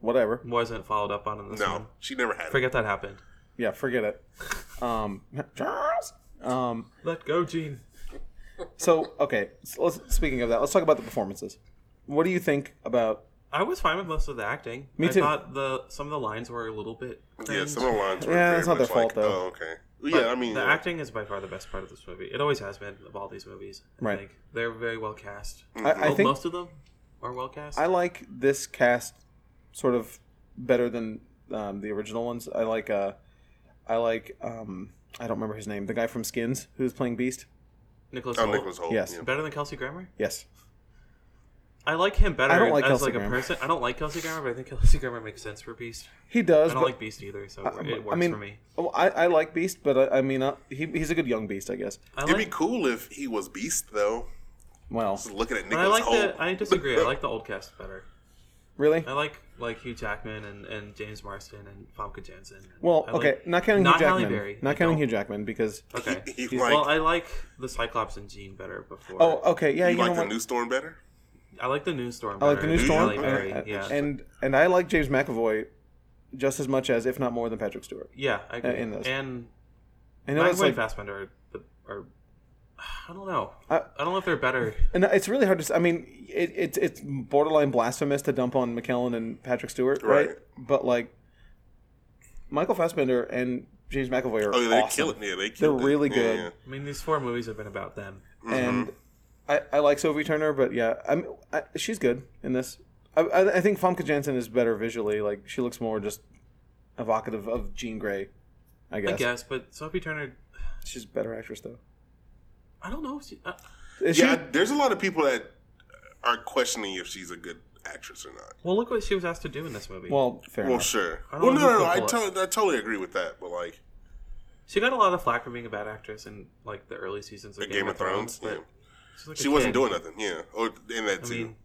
A: whatever.
C: wasn't followed up on in this one.
B: No, she never had
C: Forget that happened.
A: Yeah, forget it. Um, Charles. Um,
C: Let go, Gene.
A: so okay, so let's, speaking of that, let's talk about the performances. What do you think about?
C: I was fine with most of the acting.
A: Me
C: I
A: too.
C: thought the some of the lines were a little bit.
B: it. Yeah,
C: cringe.
B: some of the lines were
A: Yeah,
B: very
A: that's not
B: much
A: their fault,
B: like,
A: though.
B: Oh, okay.
C: But
B: Yeah, I mean,
C: the
B: yeah.
C: acting is by far the best part of this movie. It always has been of all these movies. I
A: Right.
C: think. they're very well cast.
A: I, I
C: Well,
A: think
C: most of them are well cast.
A: I like this cast sort of better than um, the original ones. I like uh, I like um, I don't remember his name, the guy from Skins who's playing Beast.
C: Nicholas
B: oh,
C: Hoult.
B: Nicholas Holt.
A: Yes.
B: yeah.
C: better than Kelsey Grammer.
A: Yes,
C: I like him better
A: I don't like
C: as
A: Kelsey
C: like a
A: Grammer.
C: person. I don't like Kelsey Grammer, but I think Kelsey Grammer makes sense for Beast.
A: he does.
C: I don't
A: but- Uh,
C: like Beast either, so
A: Um, I-
C: it
A: I
C: works
A: mean-
C: for me.
A: Oh, I, I like Beast, but I, I mean, uh, he, he's a good young Beast, I guess.
C: I
B: It'd be
C: like,
B: cool if he was Beast, though.
A: Well,
B: Just looking at
C: but I
B: Nicholas
C: like
B: Holt.
C: the. I disagree. I like the old cast better.
A: really?
C: I like like Hugh Jackman and, and James Marston and Famke Janssen.
A: Well,
C: I like-
A: okay, not counting
C: not
A: Hugh
C: Halle
A: Jackman.
C: Berry. I
A: Not counting
C: don't.
A: Hugh Jackman because.
C: Okay.
B: He, he
A: He's-
B: liked,
C: well, I like the Cyclops and Jean better before.
A: Oh, okay, yeah,
B: you
A: you, know
B: liked the
A: what?
B: new Storm better?
C: I like the new storm.
A: I like the
C: better
A: new
C: than
A: Storm,
C: Halle
A: and,
C: Berry,
A: and-
C: yeah,
A: and and I like James McAvoy just as much as, if not more than Patrick Stewart.
C: yeah, I agree.
A: in this.
C: And
A: I know
C: Macklemore
A: it's like,
C: and Fassbender are, the- are, I don't know. I,
A: I-
C: don't know if they're better.
A: and it's really hard to. s- I mean, it, it's it's borderline blasphemous to dump on McKellen and Patrick Stewart, right?
B: Right.
A: But like, Michael Fassbender and James McAvoy are
B: Oh, yeah, they
A: awesome.
B: kill it. Yeah,
A: They're
B: they killed it.
A: really
B: Yeah,
A: good.
B: yeah.
C: I mean, these four movies have been about them.
B: Mm-hmm.
A: and I, I like Sophie Turner, but yeah, I'm I, she's good in this. I, I, I think Famke Janssen is better visually. Like she looks more just evocative of Jean Grey. I guess,
C: I guess, but Sophie Turner,
A: she's a better actress though.
C: I don't know. If she, uh,
A: Is
B: Yeah,
A: she?
B: there's a lot of people that are questioning if she's a good actress or not.
C: well, look what she was asked to do in this movie.
A: Well, fair
B: Well,
A: enough.
B: sure.
C: I
B: Well,
C: don't
B: no,
C: know
B: no, no.
C: who
B: I,
C: people
B: to- I totally agree with that, but like
C: she got a lot of flack for being a bad actress in like the early seasons of
B: the Game of Thrones,
C: but
B: yeah.
C: she's like a
B: she wasn't
C: kid.
B: doing nothing. Yeah, or in that
C: I
B: too.
C: mean,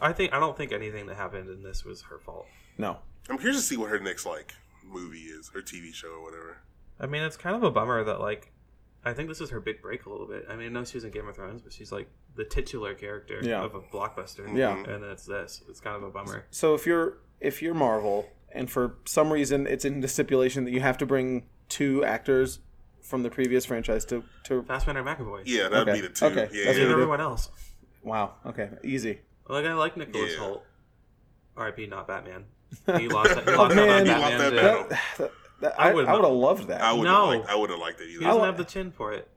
C: I think I don't think anything that happened in this was her fault.
A: no.
B: I'm curious to see what her next like movie is, her TV show or whatever.
C: I mean, it's kind of a bummer that like I think this is her big break a little bit. I mean, I know she was in Game of Thrones, but she's like the titular character
A: Yeah.
C: of a blockbuster.
A: Yeah.
C: and that's this. It's kind of a bummer.
A: So if you're if you're Marvel, and for some reason it's in the stipulation that you have to bring two actors from the previous franchise to to
C: Fastbender McAvoy.
B: Yeah, that'd
A: Okay,
B: be the two.
A: okay,
B: Yeah,
A: that's what
B: yeah.
C: Leave
A: we do.
C: everyone else.
A: wow. Okay, easy.
C: Like I like Nicholas
B: Yeah.
C: Holt. R.I.P. Not Batman. He lost. That, he lost
A: Man.
C: out on
A: He
B: lost
C: Batman.
B: that
C: to-
B: battle.
A: That- that- that-
C: I
A: I, I would
C: would've-
A: have loved that.
B: I would
C: No.
B: have liked. I would have liked that
C: He
B: either.
C: doesn't
A: I-
C: have the chin for it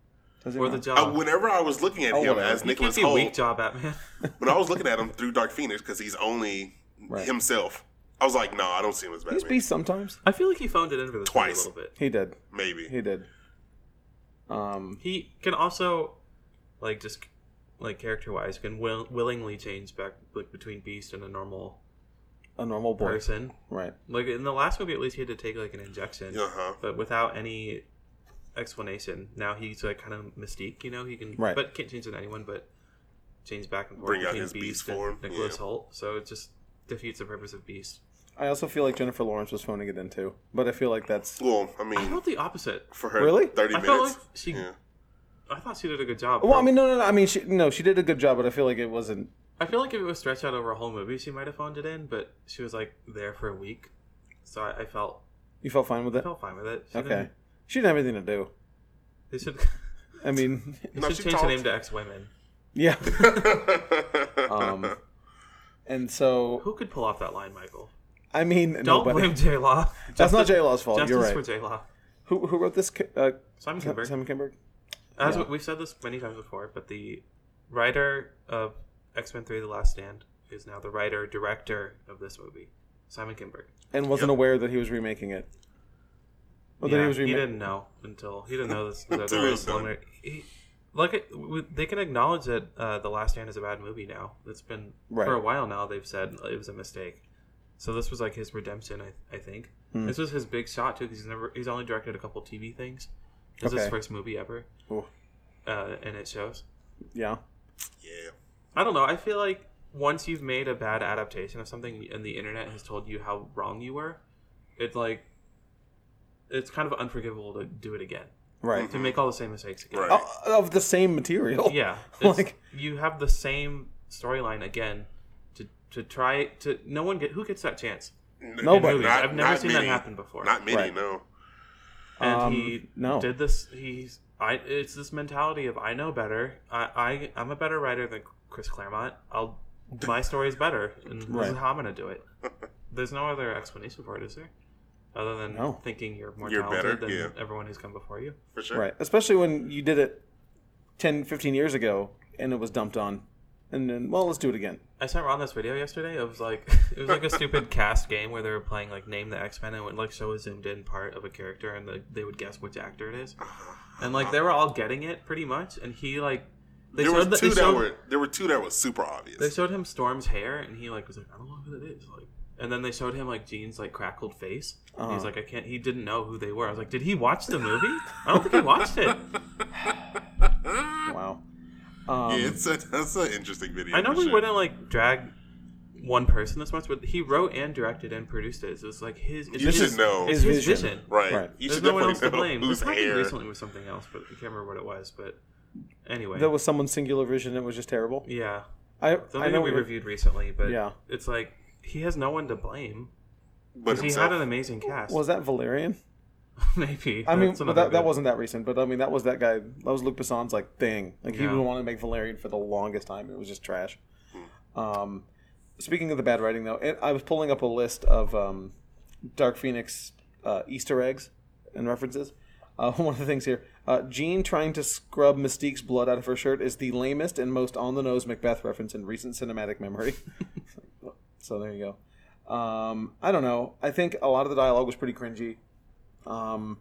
A: Does it
C: or the
A: not?
C: jaw.
B: I- whenever I was looking at
A: Oh,
B: him
A: whatever.
B: as
C: he can't
B: Nicholas
C: be a weak
B: Holt,
C: jaw Batman.
B: but I was looking at him through Dark Phoenix because he's only
A: Right.
B: himself. I was like, no, I don't see him as
A: He's
B: Batman.
A: beast sometimes.
C: I feel like he phoned it in for this movie a
B: Twice.
C: little bit.
A: He did.
B: Maybe.
A: He did. Um,
C: He can also, like, just like character wise, can will- willingly change back like between Beast and a normal
A: a normal boy,
C: person.
A: right?
C: Like in the last movie, at least he had to take like an injection,
B: Uh huh.
C: but without any explanation. Now he's like kind of mystique, you know. He can,
A: Right.
C: but can't change to anyone, but change back and forth
B: Bring out
C: between
B: his beast
C: and
B: form,
C: Nicholas
B: yeah.
C: Holt. So it just defeats the purpose of Beast.
A: I also feel like Jennifer Lawrence was phoning it in too, but I feel like that's
B: Well, I
C: I
B: mean,
C: felt the opposite.
B: for her,
A: Really?
B: thirty
C: I felt
B: minutes.
C: like she.
B: yeah.
C: I thought she did a good job.
A: well. I mean, no, no, no. I mean, she, no, she did a good job, but I feel like it wasn't.
C: I feel like if it was stretched out over a whole movie, she might have phoned it in, but she was like there for a week, so I, I felt
A: You felt fine with
C: I
A: it,
C: felt fine with it. She
A: okay?
C: didn't-
A: She didn't have anything to do.
C: They should
A: I mean,
C: they
B: No,
C: should
B: she
C: change
B: talked.
C: the name to X Women.
A: yeah. Um, and so,
C: Who could pull off that line, Michael?
A: I mean,
C: Don't
A: nobody.
C: blame J Law.
A: That's not J Law's fault.
C: Justice
A: You're
C: for
A: right.
C: J Law.
A: Who who wrote this? ki- Uh,
C: Simon Kimber.
A: Simon Kinberg.
C: As
A: yeah.
C: we've said this many times before, but the writer of X Men Three: The Last Stand is now the writer director of this movie, Simon Kimber.
A: and wasn't aware that he was remaking it. Well, that
C: yeah,
A: he was
C: he
A: remaking.
C: didn't know until he didn't know this. that
B: Until
C: there
B: it
C: was
B: was done.
C: preliminary- he, look, at- w- they can acknowledge that uh, the Last Stand is a bad movie now. It's been
A: Right.
C: for a while now. They've said it was a mistake. So this was like his redemption, I, I think.
A: Hmm.
C: This was his big shot too, because he's never he's only directed a couple TV things. This is his
A: Okay.
C: first movie ever,
A: Ooh.
C: uh, and it shows.
A: Oh, Yeah.
B: yeah.
C: I don't know. I feel like once you've made a bad adaptation of something and the internet has told you how wrong you were, it's like it's kind of unforgivable to do it again.
A: Right.
C: To make all the same mistakes again.
B: Right. Oh.
A: O- of the same material.
C: Yeah. It's,
A: Like-
C: you have the same storyline again to to try to no one get who gets that chance.
B: N-
C: in
A: Nobody.
C: movies.
B: Not-
C: I've never
B: not
C: seen
B: many.
C: that happen before.
B: Not many,
A: Right.
B: no.
C: and
A: Um,
C: he
A: no.
C: did this. He's I. It's this mentality of I know better. I, I I'm a better writer than Chris Claremont. I'll my story's better, and this
A: Right.
C: is how I'm gonna do it. There's no other explanation for it, is there? Other than
A: No.
C: thinking you're more
B: You're
C: talented
B: better,
C: than
B: yeah.
C: everyone who's come before you.
B: For sure.
A: Right. Especially when you did it 10, 15 years ago and it was dumped on. And then, well, let's do it again.
C: I sent Ron this video yesterday. It was like it was like a stupid cast game where they were playing like name the X Men and it would like show a zoomed in part of a character and the, they would guess which actor it is. And like they were all getting it pretty much. And he like they
B: There was
C: showed the,
B: two
C: they
B: that
C: showed,
B: were there were two that were super
C: they
B: obvious.
C: showed him Storm's hair and he like was like I don't know who that is like. And then they showed him like Jean's like crackled face. And
A: Uh-huh.
C: He's like I can't. He didn't know who they were. I was like, did he watch the movie? I don't think he watched it.
A: Wow. Um,
B: yeah, it's a, that's an interesting video.
C: I know
B: for
C: we
B: sure.
C: wouldn't like drag one person this much, but he wrote and directed and produced it. So it's like his. It's
B: You
C: his,
B: should know.
C: It's his
A: His vision.
C: vision.
B: Right.
A: Right.
B: You
C: There's
B: should
C: no one else
B: definitely
C: to
B: know
C: blame.
B: whose
C: This happened
B: hair.
C: recently with something else, but I can't remember what it was. But anyway,
A: That was someone's singular vision. It was just terrible.
C: yeah,
A: I, I
C: something
A: know
C: that we
A: it-
C: reviewed recently, but
A: Yeah.
C: it's like he has no one to blame
B: But
C: because he
B: himself.
C: had an amazing cast.
A: Was that Valerian?
C: Maybe
A: I mean,
C: That's
A: but
C: another
A: that, that
C: good-
A: wasn't that recent. But I mean, that was that guy. That was Luc Besson's like thing. Like he
C: Yeah.
A: would want to make Valerian for the longest time. It was just trash. Um, speaking of the bad writing, though, it, I was pulling up a list of um, Dark Phoenix uh, Easter eggs and references. Uh, one of the things here, uh, Jean trying to scrub Mystique's blood out of her shirt is the lamest and most on the nose Macbeth reference in recent cinematic memory. so there you go. Um, I don't know. I think a lot of the dialogue was pretty cringy. Um,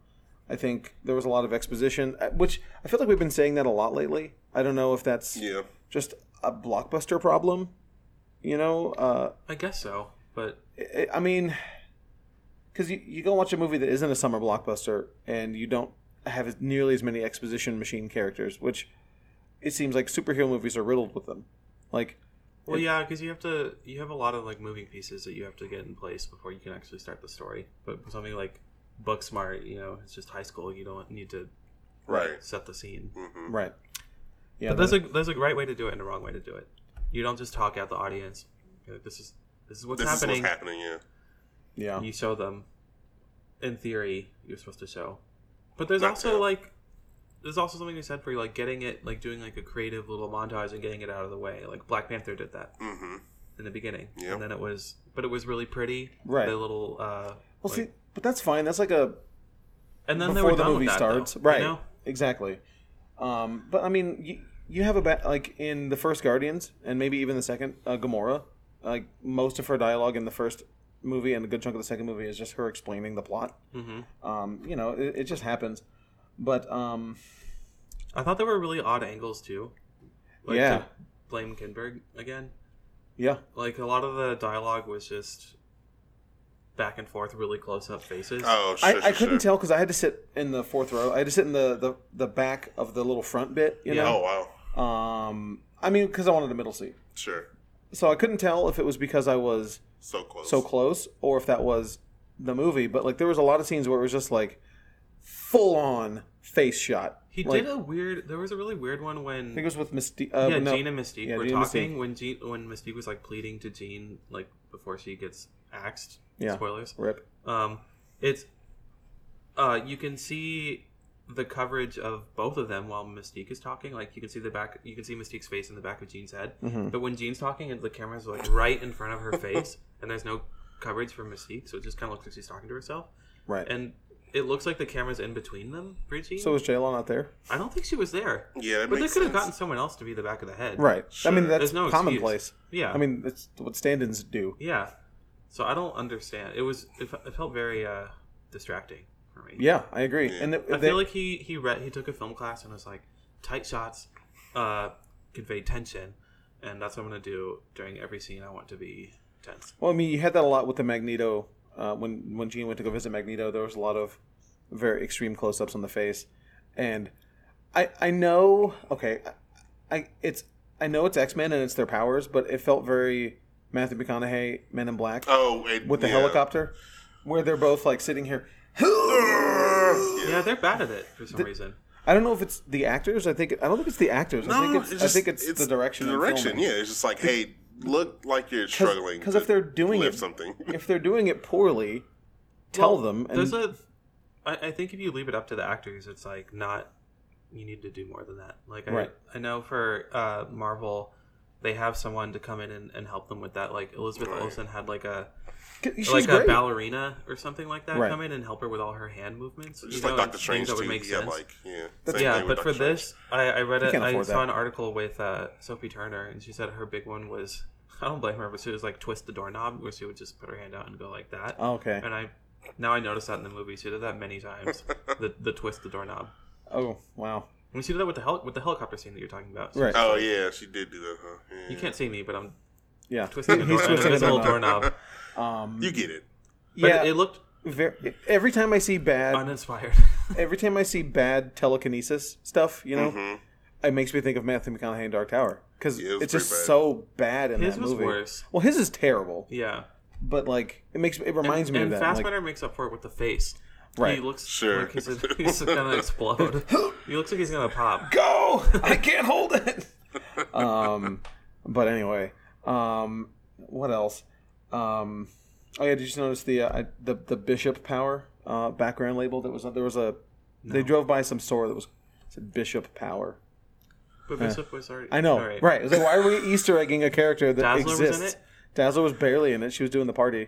A: I think there was a lot of exposition, uh, which I feel like we've been saying that a lot lately. I don't know if that's
B: Yeah.
A: just a blockbuster problem. You know, uh,
C: I guess so, but
A: I- I mean, because you, you go watch a movie that isn't a summer blockbuster and you don't have as- nearly as many exposition machine characters, which it seems like superhero movies are riddled with them. Like,
C: well, yeah, because you have to you have a lot of like moving pieces that you have to get in place before you can actually start the story. But something like Booksmart, you know, it's just high school. You don't need to
B: Right.
C: set the scene.
B: Mm-hmm.
A: right. Yeah,
C: But there's
A: that-
C: a there's a right way to do it and a wrong way to do it. You don't just talk at the audience. You're like, this is this is what's
B: This
C: happening.
B: is what's happening. Yeah.
A: yeah.
C: You show them. In theory, you're supposed to show. But there's
B: Not
C: also
B: to.
C: like there's also something to be said for like getting it like doing like a creative little montage and getting it out of the way. Like Black Panther did that
B: Mm-hmm.
C: in the beginning.
B: Yeah.
C: And then it was but it was really pretty.
A: Right.
C: The little uh
A: Well,
C: like-
A: see, but that's fine. That's like a
C: and then they
A: before
C: were
A: the
C: done
A: movie
C: with that,
A: starts,
C: though, you
A: right?
C: know?
A: Exactly. Um, but I mean, you, you have a ba- like in the first Guardians and maybe even the second uh, Gamora. Like most of her dialogue in the first movie and a good chunk of the second movie is just her explaining the plot. Mm-hmm. Um, you know, it, it just happens. But um,
C: I thought there were really odd angles too. Like
A: Yeah.
C: to blame Kinberg again.
A: yeah,
C: like a lot of the dialogue was just back and forth really close up faces
B: Oh, sure,
A: I,
B: sure,
A: I couldn't
B: sure.
A: tell because I had to sit in the fourth row. I had to sit in the, the, the back of the little front bit. You
C: Yeah.
B: Oh wow.
A: know, um, I mean, because I wanted a middle seat,
B: Sure.
A: so I couldn't tell if it was because I was
B: So close.
A: so close or if that was the movie but like there was a lot of scenes where it was just like full on face shot
C: he
A: like,
C: did a weird there was a really weird one when
A: i think it was with Mystique. Uh,
C: yeah,
A: no,
C: Jean and Mystique
A: yeah,
C: were
A: Jean and
C: talking when Jean, when Mystique was like pleading to Jean like before she gets axed.
A: Yeah.
C: Spoilers.
A: rip
C: Um, it's uh, you can see the coverage of both of them while Mystique is talking. Like you can see the back, you can see Mystique's face in the back of Jean's head.
A: Mm-hmm.
C: But when Jean's talking, and the camera's like right in front of her face, and there's no coverage for Mystique, so it just kind of looks like she's talking to herself.
A: right
C: And it looks like the camera's in between them for Jean.
A: so was Jayla not there
C: I don't think she was there.
B: Yeah, that
C: but they
B: makes
C: could have
B: sense.
C: gotten someone else to be the back of the head.
A: right i mean
B: Sure.
A: that's
C: There's no
A: commonplace
C: excuse. Yeah.
A: i mean that's what stand-ins do
C: Yeah. So I don't understand. It was it, fe- it felt very uh, distracting for me.
A: yeah i agree and th-
C: I
A: they-
C: feel like he he read he took a film class and was like tight shots uh, convey tension, and that's what I'm gonna do during every scene. I want to be tense.
A: well i mean you had that a lot with the magneto uh, when when gene went to go visit magneto there was a lot of very extreme close-ups on the face and i i know okay I it's I know it's X Men and it's their powers, but it felt very Matthew McConaughey, Men in Black,
B: Oh, it,
A: with the
B: yeah.
A: helicopter, where they're both like sitting here.
B: Yeah.
C: Yeah, they're bad at it for some reason.
A: I don't know if it's the actors. I think I don't think it's the actors. I
B: No,
A: think it's,
B: Oh, just-
A: I think it's, the direction.
B: The
A: in
B: direction,
A: filming.
B: yeah. It's just like, hey, look like you're struggling
A: because
B: to
A: if they're doing
B: lift
A: it,
B: something.
A: if they're doing it poorly, tell
C: Well,
A: them. And
C: There's a. I, I think if you leave it up to the actors, it's like not. You need to do more than that. Like I,
A: Right.
C: I know for uh, Marvel, they have someone to come in and, and help them with that. Like Elizabeth
B: Right.
C: Olsen had like a
A: 'cause she's
C: like a
A: great.
C: ballerina or something like that
A: Right.
C: come in and help her with all her hand movements. you
B: Just
C: know,
B: like
C: and
B: Doctor Strange
C: things that
B: too.
C: would
B: He
C: make
B: had
C: sense.
B: like yeah.
A: That's-
B: same
C: yeah,
B: thing with
C: but for
B: Dr. Strange.
C: this, I, I read
A: You
C: it.
A: can't
C: I
A: afford
C: saw
A: that.
C: an article with uh, Sophie Turner, and she said her big one was I don't blame her, but she was like twist the doorknob, where she would just put her hand out and go like that.
A: Oh, Okay.
C: And uh, I now I noticed that in the movie, she did that many times. the the twist the doorknob.
A: Oh wow.
C: I mean, she did that with the hel- with the helicopter scene that you're talking about. So
A: Right.
B: Oh yeah, she did do that, huh? Yeah.
C: You can't see me, but I'm
A: Yeah.
C: twisting the
A: He's
C: doorknob.
A: twisting the
C: invisible
A: doorknob.
C: doorknob.
A: Um,
B: You get it.
C: But
A: yeah.
C: it, it looked
A: ver- every time I see bad,
C: uninspired.
A: every time I see bad telekinesis stuff, you know, it makes me think of Matthew McConaughey in Dark Tower because
B: Yeah, it was
A: it's just
B: Mm-hmm. pretty
A: so
B: bad.
A: bad in
C: His
A: that
C: was
A: movie.
C: worse.
A: Well, his is terrible,
C: yeah.
A: but like it makes it reminds me
C: and
A: of that. like-
C: Fassbender makes up for it with the face.
A: Right.
C: He looks
B: Sure.
C: like he's, he's gonna explode. he looks like he's gonna pop.
A: go! I can't hold it. um, but anyway, um, what else? Um, oh yeah, did you notice the uh, I- the the bishop power uh, background label that was there was a they drove by some store that was said bishop power.
C: But Bishop was already.
A: I know,
C: all
A: right? It was like, why are we Easter egging a character that
C: Dazzler was in
A: exists?
C: it?
A: Dazzler was barely in it. She was doing the party.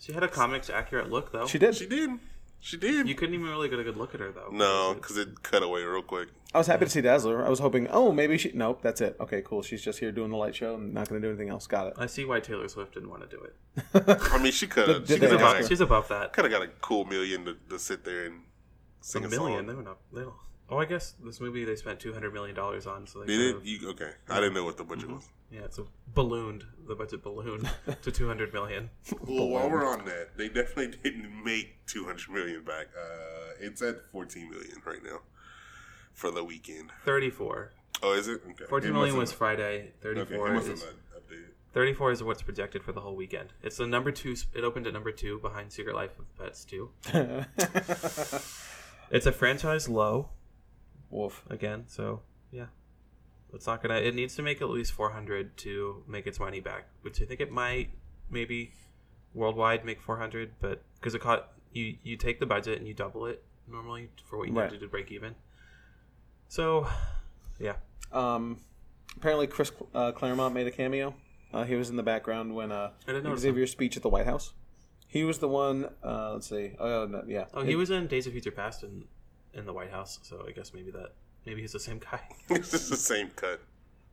C: She had a comics accurate look though.
A: She did.
B: She did. She did.
C: You couldn't even really get a good look at her though.
B: no, because it cut away real quick.
A: I was happy to see Dazzler. I was hoping, oh, maybe she. Nope, that's it. Okay, cool. She's just here doing the light show and not going to do anything else. Got it.
C: I see why Taylor Swift didn't want to do it.
B: I mean, she could have.
A: Did
B: She
A: they Yeah.
B: could
C: She's above,
A: ask
B: have
C: she's above that.
B: got a cool million to, to sit there and
C: A
B: sing a,
C: million. They
B: song.
C: were not. They don't. Oh, I guess this movie they spent two hundred million dollars on. So they
B: Did it?
C: could've-
B: You okay? I didn't know what the budget was.
C: Yeah, it's a ballooned. The budget ballooned to two hundred million.
B: Well, while we're on that, they definitely didn't make two hundred million back. Uh, it's at fourteen million right now for the weekend.
C: Thirty-four.
B: Oh, is it? Okay.
C: Fourteen
B: It
C: million was
B: must
C: Friday.
B: have- okay,
C: Thirty-four
B: it must have
C: is
B: not updated.
C: thirty-four is what's projected for the whole weekend. It's the number two. sp- It opened at number two behind Secret Life of Pets two. It's a franchise low
A: Wolf.
C: again. So yeah, it's not gonna. It needs to make at least four hundred to make its money back, which I think it might maybe worldwide make four hundred, but because it caught you, you take the budget and you double it normally for what you
A: Right.
C: need to do to break even. So yeah,
A: Um, apparently, Chris uh, Claremont made a cameo. Uh, he was in the background when uh,
C: I didn't notice
A: Xavier's speech at the White House. He was the one. Uh, let's see. Oh no, yeah.
C: oh, he was in Days of Future Past and in the White House, so I guess maybe that maybe he's the same guy.
B: It's just the same cut.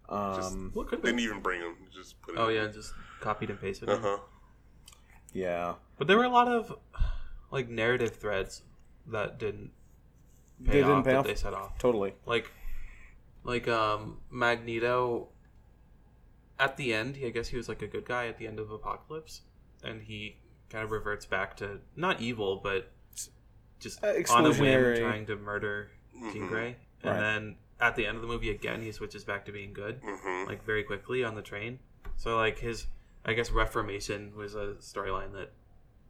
A: Um,
C: What could be?
B: Didn't even bring them. Just put it.
C: Oh yeah, just copied and pasted.
B: Uh
C: it.
A: Uh-huh.
B: huh.
A: yeah.
C: But there were a lot of like narrative threads that didn't pay
A: They didn't
C: off
A: pay
C: that
A: off?
C: they set off.
A: Totally.
C: Like like um Magneto at the end, he, I guess he was like a good guy at the end of Apocalypse and he kind of reverts back to not evil but just
A: Uh,
C: on a whim
A: exclusionary.
C: trying to murder Jean
B: Mhm.
C: Grey. And
A: Right.
C: then at the end of the movie again he switches back to being good
B: Mm-hmm.
C: like very quickly on the train. So like his, I guess Reformation was a storyline that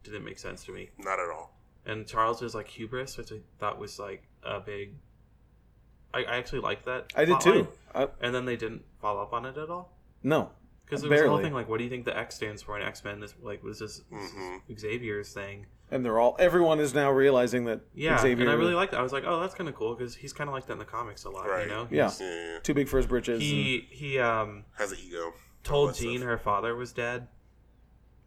C: didn't make sense to me.
B: Not at all.
C: And Charles was like hubris, which I thought was like a big. I, I actually liked that.
A: I did
C: plotline.
A: too. I,
C: And then they didn't follow up on it at all
A: no.
C: because there was a whole
A: Barely.
C: thing like, what do you think the X stands for in X Men? This like was this, this is
B: Mm-hmm.
C: Xavier's thing.
A: And they're all. Everyone is now realizing that
C: Yeah,
A: Xavier
C: and I really liked that. I was like, oh, that's kind of cool because he's kind of like that in the comics a lot.
B: Right.
C: You know?
A: Yeah.
C: He's-
B: Yeah.
A: too big for his britches. and-
C: He he um
B: Has an ego.
C: told
B: What's
C: Jean
B: this?
C: her father was dead.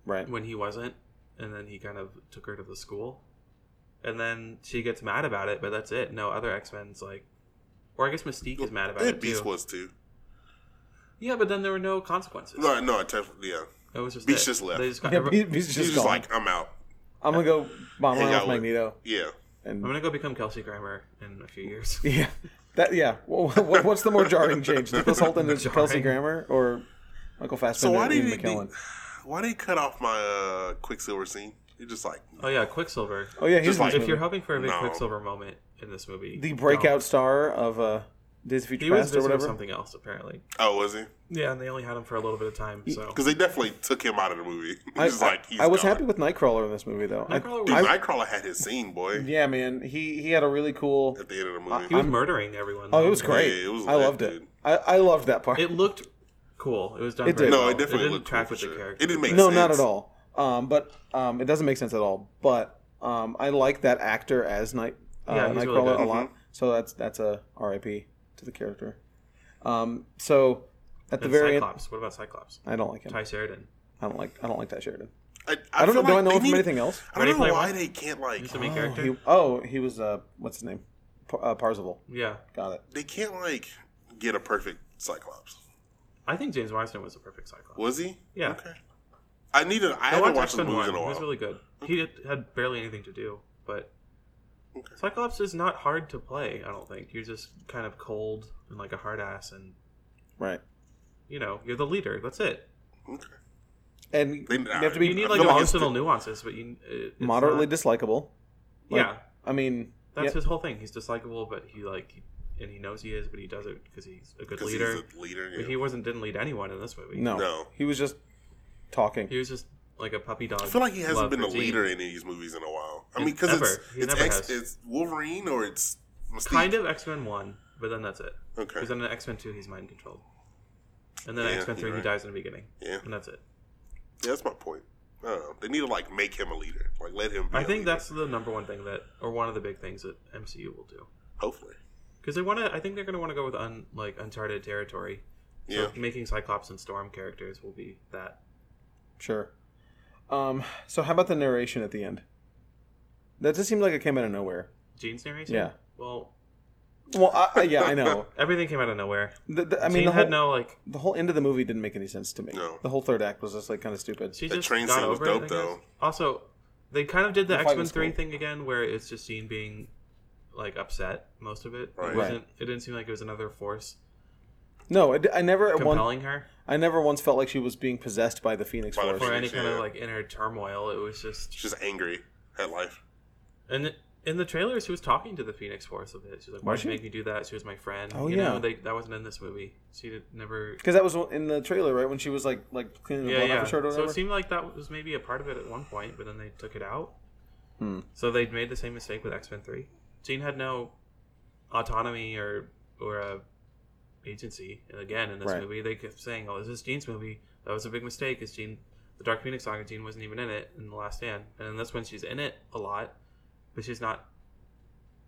A: right.
C: when he wasn't, and then he kind of took her to the school, and then she gets mad about it, but that's it. No other X Men's like, or I guess Mystique is mad about
B: And
C: it
B: Beast
C: too.
B: was too.
C: Yeah, but then there were no consequences.
B: No, no. I tef- yeah.
C: It was just
B: Beast
C: it.
B: just left.
C: They just got.
A: Yeah, he- he's just,
B: He's just
A: gone.
B: like, I'm out.
A: I'm gonna go bomb
B: Hang
A: around
B: out
A: with
B: with-
A: Magneto.
B: Yeah.
A: And
C: I'm gonna go become Kelsey Grammer in a few years.
A: yeah, that yeah. Well, what, what's the more jarring change? Nicholas Holton is Kelsey
C: Jarring.
A: Grammer or Michael
B: So
A: Fassbender
B: why
A: and
B: did
A: Ian
B: he,
A: McKellen?
B: why did he cut off my uh, Quicksilver scene? You're just like,
C: Oh yeah, Quicksilver.
A: oh yeah, he's
B: Just
A: in this
B: like-
C: If
A: movie.
C: you're hoping for a big
B: No.
C: Quicksilver moment in this movie,
A: the
C: don't.
A: breakout star of uh, Days of
C: He
A: Future
C: was
A: Past or
C: doing
A: whatever.
C: something else apparently.
B: oh, was he?
C: Yeah, and they only had him for a little bit of time. So
B: Because they definitely took him out of the movie.
A: I,
B: He's like, he's
A: I was
B: gone.
A: happy with Nightcrawler in this movie though. I-
C: Nightcrawler was,
B: Dude, Nightcrawler had his scene, boy.
A: yeah, man, he he had a really cool.
B: At the end of the
C: he
B: movie,
C: was murdering everyone.
A: Oh, it was great.
B: Yeah, it was
A: I
B: lit,
A: loved it.
B: dude.
A: I, I loved that part.
C: It looked cool. It was done.
A: It
C: very
A: did.
B: No,
C: well.
B: it definitely
C: didn't
B: looked
C: track
B: cool
C: with
B: for
C: the
B: sure.
C: character.
B: It didn't make
C: but-
B: sense.
A: No, not at all. Um, but um, it doesn't make sense at all. But um, I like that actor as Night uh,
C: Yeah, he's really
A: Nightcrawler
C: good. Mm-hmm.
A: a lot. So that's that's a R.I.P. to the character. Um, so at the
C: and
A: very end,
C: Cyclops. What about Cyclops?
A: I don't like him.
C: Ty Sheridan.
A: I don't like I don't like that Sheridan.
B: I,
A: I don't know.
B: feel
A: do I
B: like
A: know
B: they
A: him from
B: need-
A: anything else?
B: I
C: Ready
B: don't know
C: Player
B: why
C: One?
B: they can't like.
C: He's the main
A: Oh,
C: character.
A: He, oh, he was uh, what's his name? Par- uh, Parzival.
C: Yeah,
A: Got it.
B: They can't like get a perfect Cyclops.
C: I think James Marsden was a perfect Cyclops.
B: Was he?
C: Yeah.
B: Okay. I need to. I
C: No,
B: haven't
C: Watch
B: watched the
C: X-Men
B: movies in a
C: one. It
B: while.
C: was really good. He did, had barely anything to do, but
B: Okay.
C: Cyclops is not hard to play. I don't think you're just kind of cold and like a hard ass, and
A: Right.
C: you know you're the leader. That's it.
B: Okay.
A: And
B: They-
A: you have to be
C: You need
B: I
C: like
B: feel like it's
C: emotional nuances, but you it, it's
A: moderately
C: not-
A: dislikable. like-
C: yeah,
A: I mean,
C: that's
A: yeah,
C: his whole thing. He's dislikable, but he like and he knows he is, but he does it because he's a good
B: Because
C: leader.
B: he's a leader.
C: But
B: Yeah.
C: he wasn't didn't lead anyone in this movie.
A: no.
B: No.
A: He was just talking.
C: he was just like a puppy dog.
B: I feel like he hasn't
C: love
B: been a
C: for Jean.
B: leader in any of these movies in a while. I
C: In-
B: mean, because it's
C: ever. He
B: it's,
C: never
B: X,
C: has.
B: it's Wolverine or it's Mystique.
C: Kind of X Men One, but then that's it.
B: Okay.
C: Because then in X Men Two, he's mind controlled, and then
B: Yeah,
C: X Men Three,
B: you're
C: he
B: right.
C: dies in the beginning,
B: Yeah.
C: and that's it.
B: Yeah, that's my point. I don't know. They need to like make him a leader. Like let him. Be
C: I
B: a
C: think
B: leader.
C: that's the number one thing that, or one of the big things that MCU will do,
B: hopefully.
C: because they want to. I think they're going to want to go with un, like uncharted territory. So
B: Yeah.
C: making Cyclops and Storm characters will be that.
A: Sure. Um, so how about the narration at the end? That just seemed like it came out of nowhere.
C: Jean's narration.
A: Yeah.
C: Well,
A: Well, I, I, yeah, I know.
C: everything came out of nowhere.
A: The, the, I
C: I
A: mean,
C: mean,
A: the
C: Jean
A: whole,
C: had no like.
A: the whole end of the movie didn't make any sense to me.
B: No.
A: The whole third act was just like kind of stupid.
C: She
B: The
C: just
B: train
C: got
B: scene was
C: over it, I
B: dope,
C: guess.
B: though.
C: Also, they kind of did
A: The
C: the,
A: fight
C: X Men
A: was
C: Three
A: cool.
C: thing again, where it's just Jean being like upset most of it.
B: Right.
C: It wasn't. It didn't seem like it was another force
A: No, I, d- I never at one,
C: compelling her
A: I never once felt like she was being possessed by the Phoenix
B: By the
A: Force.
C: or any kind
B: Yeah.
C: of like inner turmoil. It was just
B: She's just angry at life.
C: and. in the trailer, she was talking to the Phoenix Force a bit. She's like, "Why'd
A: Was
C: you
A: she?
C: make me do that?" She was my friend.
A: Oh,
C: you
A: yeah.
C: know, they, that wasn't in this movie. She did never.
A: Because that was in the trailer, right? When she was like like cleaning the
C: Yeah,
A: blood off
C: yeah.
A: her shirt or
C: So
A: whatever.
C: it seemed like that was maybe a part of it at one point, but then they took it out.
A: Hmm.
C: So they made the same mistake with X Men Three. Jean had no autonomy or or uh agency. And again, in this
A: Right.
C: movie, they kept saying, "Oh, is this Jean's movie?" That was a big mistake. Is Jean the Dark Phoenix saga? Jean wasn't even in it in the Last Stand, and in this one, she's in it a lot, but she's not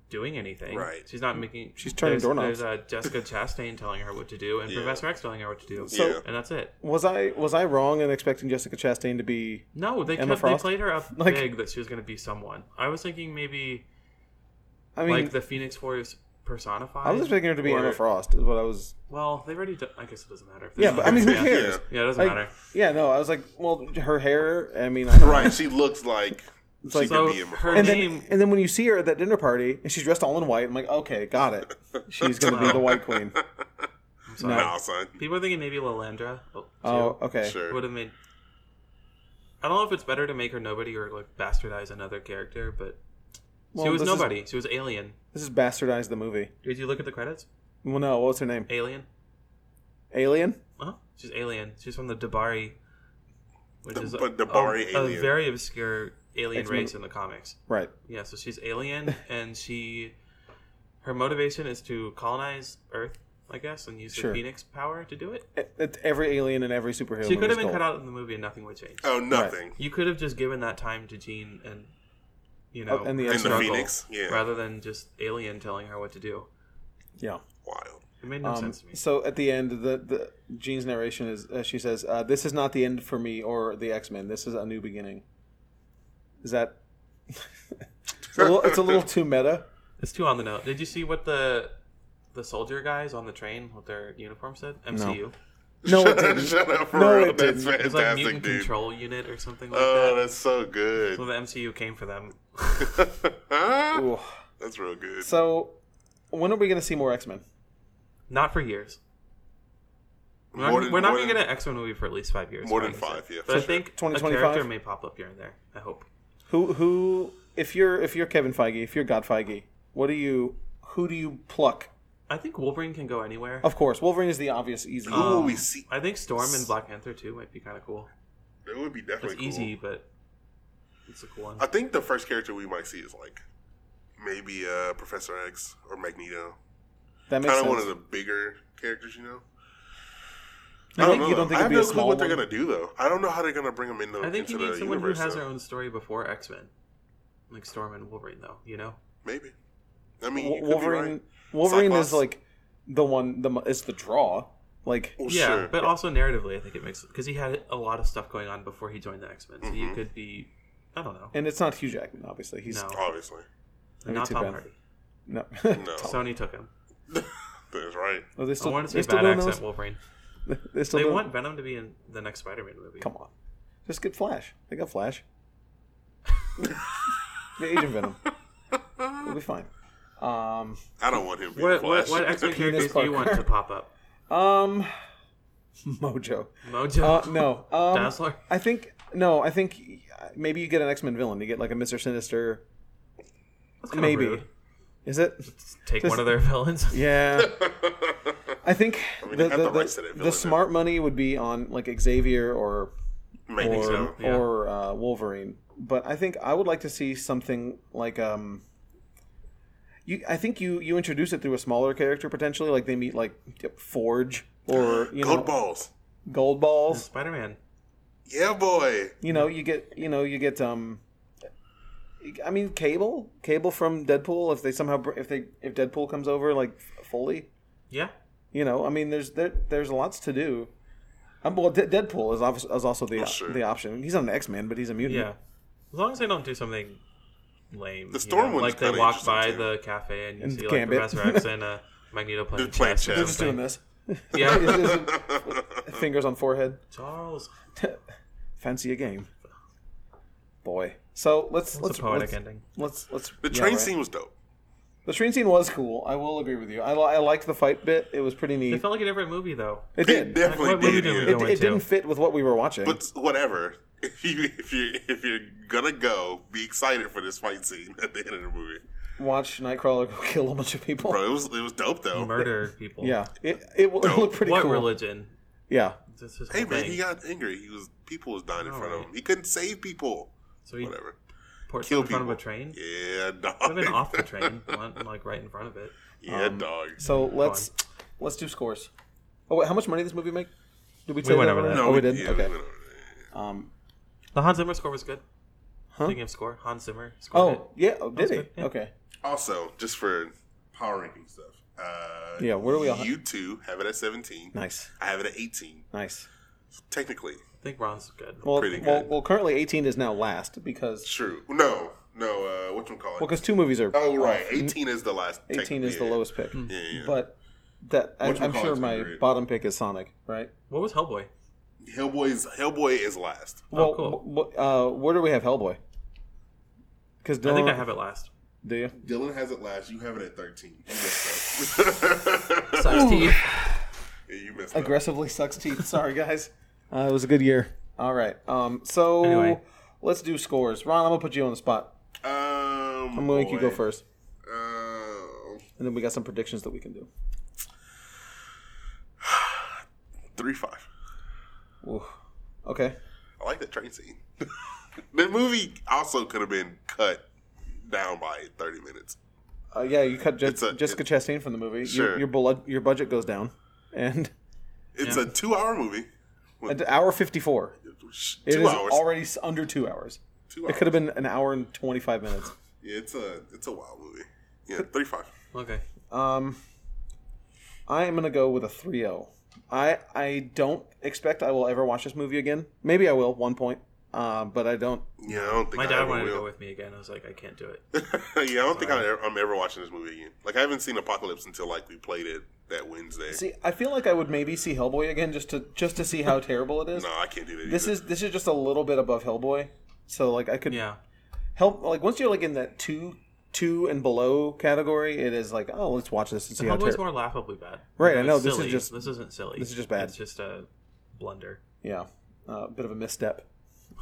C: doing anything.
B: Right.
C: She's not making.
A: She's turning
C: there's,
A: doorknobs.
C: There's uh, Jessica Chastain telling her what to do, and
B: Yeah.
C: Professor X telling her what to do.
A: So-
B: yeah.
C: And that's it.
A: was I was I wrong in expecting Jessica Chastain to be?
C: No, they
A: Emma
C: kept,
A: Frost?
C: they played her up
A: Like-
C: big that she was going to be someone. I was thinking maybe
A: I mean,
C: like the Phoenix Force personified.
A: I was expecting her to be
C: or-
A: Emma Frost. Is what I was.
C: Well, they already. Do- I guess it doesn't matter. If
A: Yeah, but I mean, who
C: yeah.
A: cares?
C: Yeah, it doesn't
A: Like,
C: matter.
A: Yeah, no, I was like, well, her hair. I mean, I don't
B: Right. She looks like she
A: like-
B: could
C: So
B: be in
C: her
A: And
C: name.
A: then, and then when you see her at that dinner party and she's dressed all in white, I'm like, okay, got it. She's gonna be the white queen.
C: I'm
A: no.
C: sorry.
B: Nah, son.
C: People are thinking maybe Lilandra. Oh,
A: Oh, okay.
B: Sure.
C: would have made. I don't know if it's better to make her nobody or like bastardize another character, but
A: Well,
C: she was
A: this is-
C: nobody. She was alien.
A: This is bastardized the movie.
C: Did you look at the credits?
A: Well, no, what's her name?
C: Alien.
A: Alien.
C: Huh? She's alien. She's from the Dabari, which
B: The-
C: is a,
B: but Dabari
C: a,
B: alien.
C: a very obscure alien
A: X-Men.
C: race in the comics.
A: Right.
C: Yeah, so she's alien, and she her motivation is to colonize Earth, I guess, and use
A: Sure.
C: the Phoenix power to do it.
A: It- it's every alien and every superhero.
C: She could
A: movie's
C: have been
A: goal.
C: cut out in the movie, and nothing would change.
B: Oh, nothing.
C: You could have just given that time to Jean and you know
A: Oh, and the
C: her
A: X-Men.
B: And the
C: struggle,
B: Phoenix. Yeah.
C: rather than just alien telling her what to do.
A: Yeah.
B: Wild.
C: It made no
A: Um,
C: sense to me.
A: so at the end, the the Jean's narration is uh, she says, uh, "This is not the end for me or the X Men. This is a new beginning." Is that? it's, a little, it's a little too meta.
C: It's too on the note. Did you see what the the soldier guys on the train with their uniform said? MCU.
A: No, it
B: Shut,
A: didn't.
B: up, for
A: No,
B: real.
A: it
B: That's
A: didn't.
C: It's like
B: fantastic,
C: mutant
B: dude.
C: control unit or something like
B: Oh,
C: that.
B: that's so good.
C: So the MCU came for them.
A: Ooh.
B: that's real good.
A: So, when are we going to see more X Men?
C: Not for years. We're not,
B: More than-
C: we're not
B: more
C: gonna
B: than-
C: get an X Men movie for at least five years.
B: More
C: I
B: than
C: would say.
B: five, yeah,
C: But
B: for
C: I
B: sure.
C: think a
A: 2025?
C: character may pop up here and there. I hope.
A: Who who if you're if you're Kevin Feige, if you're God Feige, what do you who do you pluck?
C: I think Wolverine can go anywhere.
A: Of course, Wolverine is the obvious easy.
B: Who will we see?
C: I think Storm and Black Panther too might be kind of cool.
B: It would be
C: It's
B: definitely cool.
C: easy, but it's a cool one.
B: I think the first character we might see is like maybe uh, Professor X or Magneto.
A: that makes
B: Kind
A: sense.
B: of one of the bigger characters, you know. I don't
A: think-
B: know.
A: you
B: though.
A: don't think it'd
B: I have
A: be a
B: no clue
A: small
B: what they're
A: one?
B: gonna do though. I don't know how they're gonna bring them in.
C: I think you
B: into
C: need
B: the
C: someone who
B: universe,
C: has
B: though.
C: their own story before X Men, like Storm and Wolverine, though. You know,
B: Maybe. I mean,
A: Wo-
B: you could be
A: Wolverine.
B: right.
A: Wolverine
B: Cyclops.
A: is like the one. The mo- it's the draw. Like
B: Well,
C: yeah,
B: sure.
C: but also narratively, I think it makes because he had a lot of stuff going on before he joined the X Men, so
B: Mm-hmm.
C: you could be, I don't know,
A: And it's not Hugh Jackman, obviously. He's
C: no,
B: obviously,
A: that'd be
C: not
A: too
C: Tom
A: bad.
C: Hardy.
A: no.
B: no.
C: Sony took him.
B: That's right.
A: Are they still,
C: I wanted
A: they
C: to see
A: still
C: bad
A: doing
C: accent
A: those?
C: Wolverine.
A: They still
C: They
A: doing-
C: want Venom to be in the next Spider-Man movie.
A: Come on, just get Flash. They got Flash. get Agent Venom. It'll be fine. Um,
B: I don't want him. Being
C: What, what,
B: Flash.
C: what X-Men characters do
A: Parker.
C: you want to pop up?
A: um, Mojo. Uh,
C: Mojo,
A: no. Um,
C: Dazzler.
A: I think no. I think uh, maybe you get an X Men villain. You get like a Mister Sinister.
C: That's kinda
A: Maybe.
C: rude.
A: Is it?
C: take
A: Just-
C: one of their villains.
A: Yeah. I think
B: mean, they
A: the,
B: have
A: the,
B: the
A: the-
B: rights to that
A: the
B: villain.
A: smart money would be on like Xavier or
B: Maybe
A: or,
B: so.
C: yeah.
A: or uh, Wolverine. But I think I would like to see something like um. You, I think you you introduce it through a smaller character potentially, like they meet like Forge or you know
B: Gold balls.
A: Gold Balls.
C: Spider-Man.
B: Yeah, boy.
A: You know you get you know you get um. I mean, Cable, Cable from Deadpool. If they somehow br- if they if Deadpool comes over like fully,
C: Yeah,
A: you know, I mean, there's there, there's lots to do. Um, well, De- Deadpool is, obvi- is also the
B: sure.
A: the option. He's not an X Man, but he's a mutant.
C: yeah. As long as they don't do something lame.
B: The
C: you
B: Storm
C: know,
B: one's
C: like they
B: kinda
C: walk by
B: interesting,
C: the cafe and you
A: And
C: see like
A: Gambit.
C: Professor X and uh, Magneto playing
B: They're playing
C: chess. or
B: chess.
A: Just doing
C: something.
A: this.
C: Yeah,
A: Is- is- fingers on forehead.
C: Charles.
A: Fancy a game, boy. So let's
C: It's
A: let's
C: a poetic
A: let's,
C: ending.
A: let's let's-
B: The
A: yeah,
B: train
A: right.
B: scene was dope.
A: The train scene was cool. I will agree with you. I, li- I liked the fight bit. It was pretty
C: It
A: neat.
C: felt like a different movie though.
A: It
B: It
A: did. It,
B: definitely
C: What movie
B: did.
C: did we
B: yeah.
C: go
A: it
C: went to.
A: didn't fit with what we were watching.
B: But whatever. If you if you if you're gonna go, be excited for this fight scene at the end of the movie.
A: Watch Nightcrawler go kill a bunch of people.
B: Bro, it was it was dope though.
C: Murder people.
A: Yeah, it it, will- it looked pretty
C: What
A: cool.
C: religion?
A: Yeah,
C: This is
B: Hey man,
C: thing.
B: he got angry. He was people was dying in front of
C: Alright.
B: him. He couldn't save people.
C: so Oh. he
B: Whatever.
C: ports
B: Kill
C: in front
B: people.
C: of a train.
B: Yeah,
C: Could have been Um,
B: dog.
C: off the train, one, like right in front of it.
B: Yeah, dog.
A: So let's let's do scores. Oh wait, how much money did this movie make? Did we, say
C: went
A: that
C: over
A: already?
C: that.
A: Oh, we didn't.
B: yeah,
A: okay.
B: went over
A: Um.
C: The Hans Zimmer score was good. Speaking of score, Hans Zimmer scored it.
A: Oh yeah. Oh, did he?
C: good, yeah.
A: Okay.
B: that. Also, just for power ranking stuff. Uh,
A: Yeah, where do we all-
B: You two have it at seventeen.
A: Nice.
B: I have it at eighteen.
A: Nice.
B: Technically,
C: I think Ron's good.
A: Well,
B: Pretty
A: well,
B: good.
A: well, currently 18 is now last because
B: true. No, no. Uh, what you call it?
A: well, because two movies are.
B: oh, right.
A: off.
B: Eighteen is the last.
A: 18 is the
B: technically,
A: lowest pick,
C: Hmm.
B: Yeah, yeah. yeah.
A: but that I, I'm
B: Whatchamacallit's
A: sure
B: been
A: my
B: great.
A: bottom pick is Sonic, right?
C: What was Hellboy?
B: Hellboy's Hellboy is last.
A: Well,
C: Oh, cool.
A: w- w- uh, where do we have Hellboy? Because
C: I think I have it last.
A: Do you?
B: Dylan has it last. You have it at thirteen. You messed up.
C: Sucks teeth.
B: yeah, you messed up.
A: aggressively sucks teeth. Sorry, guys. Uh, it was a good year. All right. Um. So
C: Anyway.
A: let's do scores. Ron, I'm gonna put you on the spot.
B: Um,
A: I'm gonna make you go
B: boy.
A: first,
B: Uh,
A: and then we got some predictions that we can do.
B: three five.
A: Oof. Okay.
B: I like that train scene. the movie also could have been cut down by thirty minutes.
A: Uh, yeah, you cut Je-
B: It's a-
A: Jessica Chastain from the movie.
B: Sure.
A: Your your, bul- your budget goes down, and
B: It's a two-hour movie.
A: at hour 54.
B: Sh-
A: It is
B: two hours.
A: already s- under two hours.
B: two
A: It
B: hours.
A: could have been an hour and 25 minutes.
B: Yeah, it's a it's a wild movie. Yeah, three five.
C: Okay.
A: Um, I am gonna go with a 3-0. I I don't expect I will ever watch this movie again. Maybe I will one point, uh, but I don't.
B: Yeah, I don't think
C: My
B: I
C: dad
B: ever
C: wanted to
B: will.
C: go with me again. I was like, I can't do it.
B: yeah, I don't think I ever, I'm ever watching this movie again. Like I haven't seen Apocalypse until like we played it that Wednesday.
A: See, I feel like I would maybe see Hellboy again just to just to see how terrible it is.
B: no, I can't do that.
A: This
B: either.
A: is this is just a little bit above Hellboy, so like I could
C: Yeah.
A: help. Like once you're like in that two two and below category, it is like oh let's watch this and see how
C: Hellboy's
A: terrible.
C: more laughably bad.
A: Right, I
C: It's
A: know, this is
C: silly.
A: just-
C: this isn't silly.
A: this is just bad.
C: It's just a blunder,
A: Yeah, a bit of a misstep.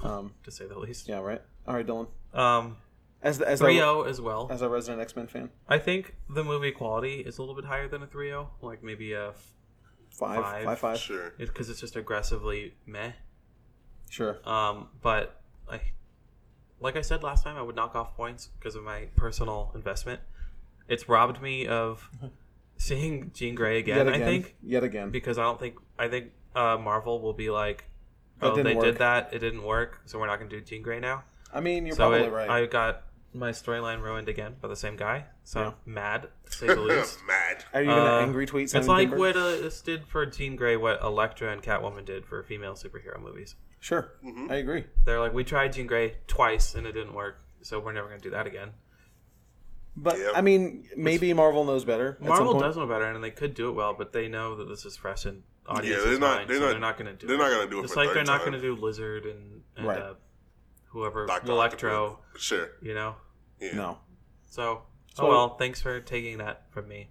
A: Um,
C: to say the least.
A: yeah, right. All right, Dylan.
C: Um,
A: As the, as
C: three oh.
A: the,
C: O as well.
A: as a resident X Men fan,
C: I think the movie quality is a little bit higher than a 3.0, like maybe a f-
A: five five
C: Five.
A: five.
B: sure.
C: because it's just aggressively meh.
A: Sure.
C: Um, but I, like I said last time, I would knock off points because of my personal investment. It's robbed me of seeing Jean Grey again.
A: yet again.
C: I think
A: Yet again.
C: because I don't think I think uh, Marvel will be like,
A: That
C: "Oh,
A: didn't
C: they
A: work."
C: did that. It didn't work, so we're not going to do Jean Grey now."
A: I mean, you're
C: so
A: probably
C: it-
A: right.
C: I got my storyline ruined again by the same guy. So
A: Yeah.
C: mad, to say the least.
B: Mad.
A: Are you gonna
C: Uh,
A: angry tweet?
C: It's
A: Simon
C: like
A: Kinberg?
C: what uh, this did for Jean Grey, what Elektra and Catwoman did for female superhero movies.
A: Sure,
B: Mm-hmm.
A: I agree.
C: They're like, we tried Jean Grey twice and it didn't work, so we're never going to do that again.
A: But
B: Yeah.
A: I mean, maybe Marvel knows better. at some
C: Marvel
A: point.
C: does know better, and they could do it well, but they know that this is fresh in audience.
B: they're not-
C: Mind,
B: they're
C: so
B: not-
C: they're not going to do.
B: they're
C: it.
B: not gonna do it
C: Just
B: for
C: like
B: third
C: they're not
B: time.
C: going to do Lizard and, and
A: Right.
C: uh, whoever
B: Dr.
C: Electro,
B: Octopus. Sure.
C: you know.
B: Yeah.
A: No,
C: So,
A: So-
C: oh well. Thanks for taking that from me.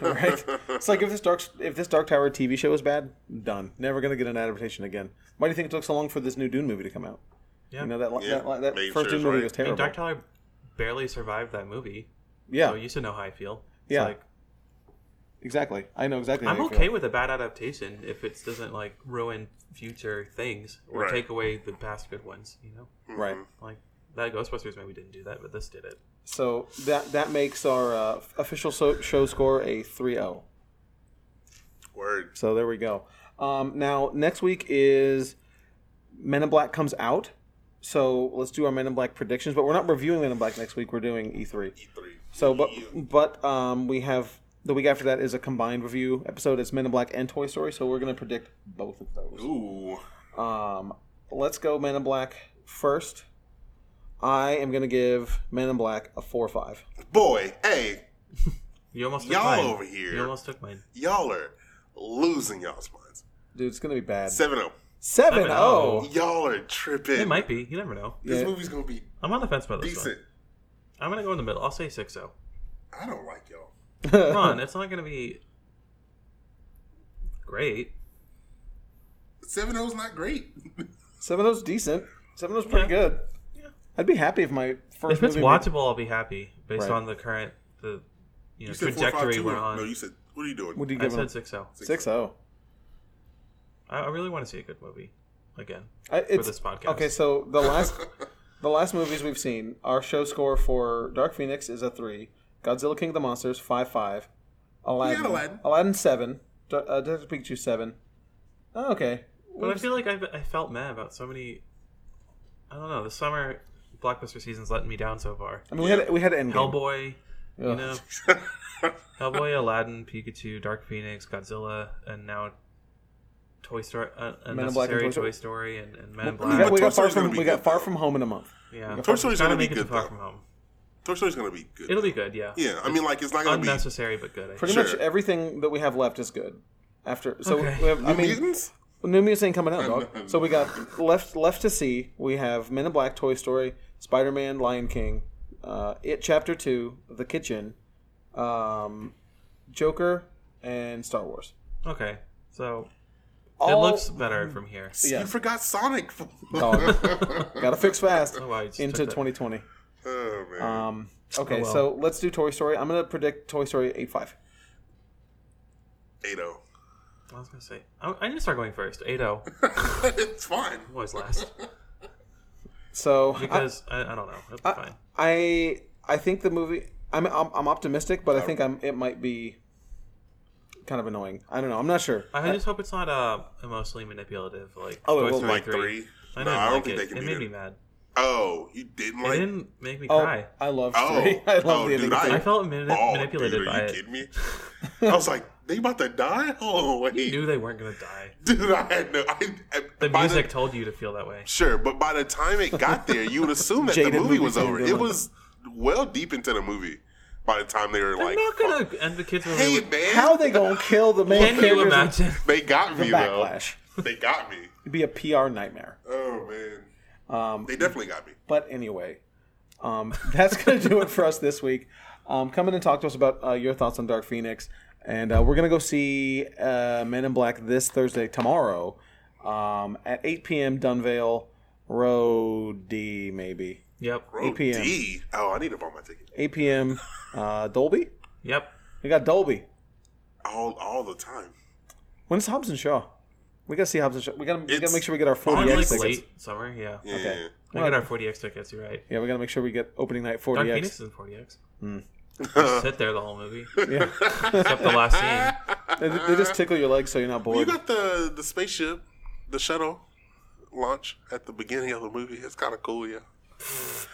A: right? it's like if this dark if this Dark Tower TV show is bad, done. Never gonna get an adaptation again. Why do you think it took so long for this new Dune movie to come out?
C: Yeah.
A: You know that
B: Yeah,
A: that, that
B: making
A: first Dune
B: sure it's
A: movie
B: right.
A: was
C: I
A: terrible.
C: mean, Dark Oh, Tyler barely survived that movie,
A: yeah,
C: so you should know how I feel. It's
A: Yeah.
C: Like,
A: exactly. I know exactly.
C: I'm
A: how you
C: okay
A: feel.
C: with a bad adaptation if it doesn't like ruin future things or
B: Right.
C: take away the past good ones. You know,
B: Mm-hmm.
A: right.
C: like that Ghostbusters maybe didn't do that, but this did it.
A: So that that makes our uh, official so- show score a 3-0.
B: Word.
A: So there we go. Um, now next week is Men in Black comes out. So let's do our Men in Black predictions, but we're not reviewing Men in Black next week. We're doing E3.
B: E3.
A: So, but
B: Yeah.
A: but um, we have the week after that is a combined review episode. It's Men in Black and Toy Story, so we're gonna predict both of those.
B: Ooh.
A: Um, let's go Men in Black first. I am gonna give Men in Black a four or five.
B: Boy, hey,
C: You almost took
B: Y'all
C: mine.
B: over here.
C: You almost took mine.
B: y'all are losing y'all's minds.
A: Dude, it's gonna be bad.
B: 7 0.
A: Seven oh.
C: 7-0.
B: Y'all are tripping.
C: It might be. You never know.
B: This
A: Yeah.
B: movie's gonna be
C: I'm on the fence about this
B: decent.
C: one. I'm gonna go in the middle. I'll say six zero.
B: I don't like y'all.
C: Ron, it's not gonna be great.
B: 7 0 is not great.
A: Seven oh's decent. Seven oh's pretty
C: Yeah.
A: good.
C: Yeah.
A: I'd be happy if my first
C: If it's
A: movie
C: watchable, I'll be happy based
A: Right.
C: on the current the you know
B: You said
C: trajectory
B: 4-5-2.
C: we're on.
B: No, you said, what are you doing?
A: Would you
C: I
A: give him
C: said six zero.
A: six oh?
C: I, I really want to see a good movie again
A: I-
C: for
A: It's
C: this podcast.
A: okay. So the last The last movies we've seen, our show score for Dark Phoenix is a three. Godzilla King of the Monsters five five. Aladdin,
B: Yeah, Aladdin.
A: seven. D- uh, Detective Pikachu seven. Oh, okay.
C: but I feel like I've, I felt mad about so many. I don't know. The summer blockbuster season's letting me down so far.
A: I mean, we had we had Endgame.
C: Hellboy, you
A: Ugh.
C: know, Hellboy, Aladdin, Pikachu, Dark Phoenix, Godzilla, and now Toy Story, uh,
A: in Black and
C: unnecessary
A: Toy
C: Toy,
A: Story.
C: Story, and, and Men in
A: We got,
C: Black.
A: we got far
B: Toy Story's
A: from
B: gonna be
A: we got
B: good,
A: far
B: though.
A: from home in a month.
C: Yeah,
B: Toy Story's
C: Gotta
B: gonna be
C: make it
B: good,
C: to Far
B: though.
C: From Home.
B: Toy Story's gonna be good.
C: It'll be good. Yeah,
B: Yeah, I mean, like, it's not gonna be.
C: unnecessary but good. I
A: Pretty
C: think.
B: Sure.
A: much everything that we have left is good. After so
C: Okay.
A: we have, I
B: New
A: mean,
B: Mutants?
A: New Mutants ain't coming out, dog. So we got left left to see. We have Men in Black, Toy Story, Spider Man, Lion King, uh, It Chapter Two, The Kitchen, um, Joker, and Star Wars.
C: Okay, so
A: All-
C: it looks better from here.
A: Yeah.
B: You forgot Sonic.
A: Dog. gotta fix fast
C: Oh, wow, you just
A: into
C: took that.
A: 2020.
B: oh, man.
A: Um, okay,
C: Oh, well.
A: so let's do Toy Story. I'm gonna predict Toy Story eight five.
B: 8 0.
C: I was gonna say I, I need to start going first. Eight zero.
B: it's fine.
C: I'm always last
A: So I,
C: because I, I don't know. It'll be fine.
A: I I think the movie. I'm, I'm I'm optimistic, but I think I'm. It might be kind of annoying. I don't know. I'm not sure.
C: I, just hope it's not uh, emotionally manipulative like
A: Oh, it
C: Toy
A: will-
C: Story
B: Like
C: three.
B: 3. no,
C: I didn't
B: I don't
C: like
B: think
C: it.
B: they can
C: it
B: do
C: made
B: that.
C: me mad.
B: Oh, you didn't
C: It
B: like
C: didn't make me
A: Oh,
C: cry.
A: I love
B: Oh.
A: three. I love
B: Oh,
A: the ending.
B: dude, I-
C: I felt mani-
B: ball,
C: manipulated
B: dude. Are
C: by
B: you
C: it.
B: kidding me? I was like, they about to die? Oh, wait.
C: Knew they weren't gonna die.
B: Dude, I had no. I, I,
C: The
B: by
C: music told you to feel that way.
B: sure, but by the time it got there, you would assume that the
A: Jaded
B: movie,
A: movie
B: was
A: fan
B: over.
A: villain.
B: It was well deep into the movie by the time they were
C: They're
B: like,
C: not gonna end the kids
B: "Fuck,
C: movie.
B: "Hey,
C: with-
B: man,
A: How they gonna kill the main
C: Can you
A: characters?
C: imagine?
B: they got me
A: Backlash.
B: though. They got me.
A: It'd be a PR nightmare.
B: Oh man, um, they definitely got me.
A: But anyway, um, that's gonna do it for us this week. Um, come in and talk to us about uh, your thoughts on Dark Phoenix, and uh, we're gonna go see uh, Men in Black this Thursday tomorrow um, at 8 p.m. Dunvale Road D maybe
C: Yep.
B: Bro,
A: 8 p.m..
B: D. Oh, I need to buy my ticket
A: 8 p.m. Uh, Dolby.
C: Yep.
A: We got Dolby.
B: all all the time.
A: When's Hobbs and Shaw? We gotta see Hobbs and Shaw. We gotta, we gotta
B: It's
A: make sure we get our
C: Probably
A: 40x
C: like
A: tickets.
C: late summer. Yeah.
B: Yeah,
A: Okay.
C: We got our 40x tickets. You're right.
A: Yeah, we gotta make sure we get opening night 40x.
C: Dark Phoenix is in 40x. Just sit there the whole movie, except the last scene.
A: They, they just tickle your legs so you're not
B: Well, you
A: bored.
B: got the the spaceship, the shuttle launch at the beginning of the movie. It's kind of cool, yeah.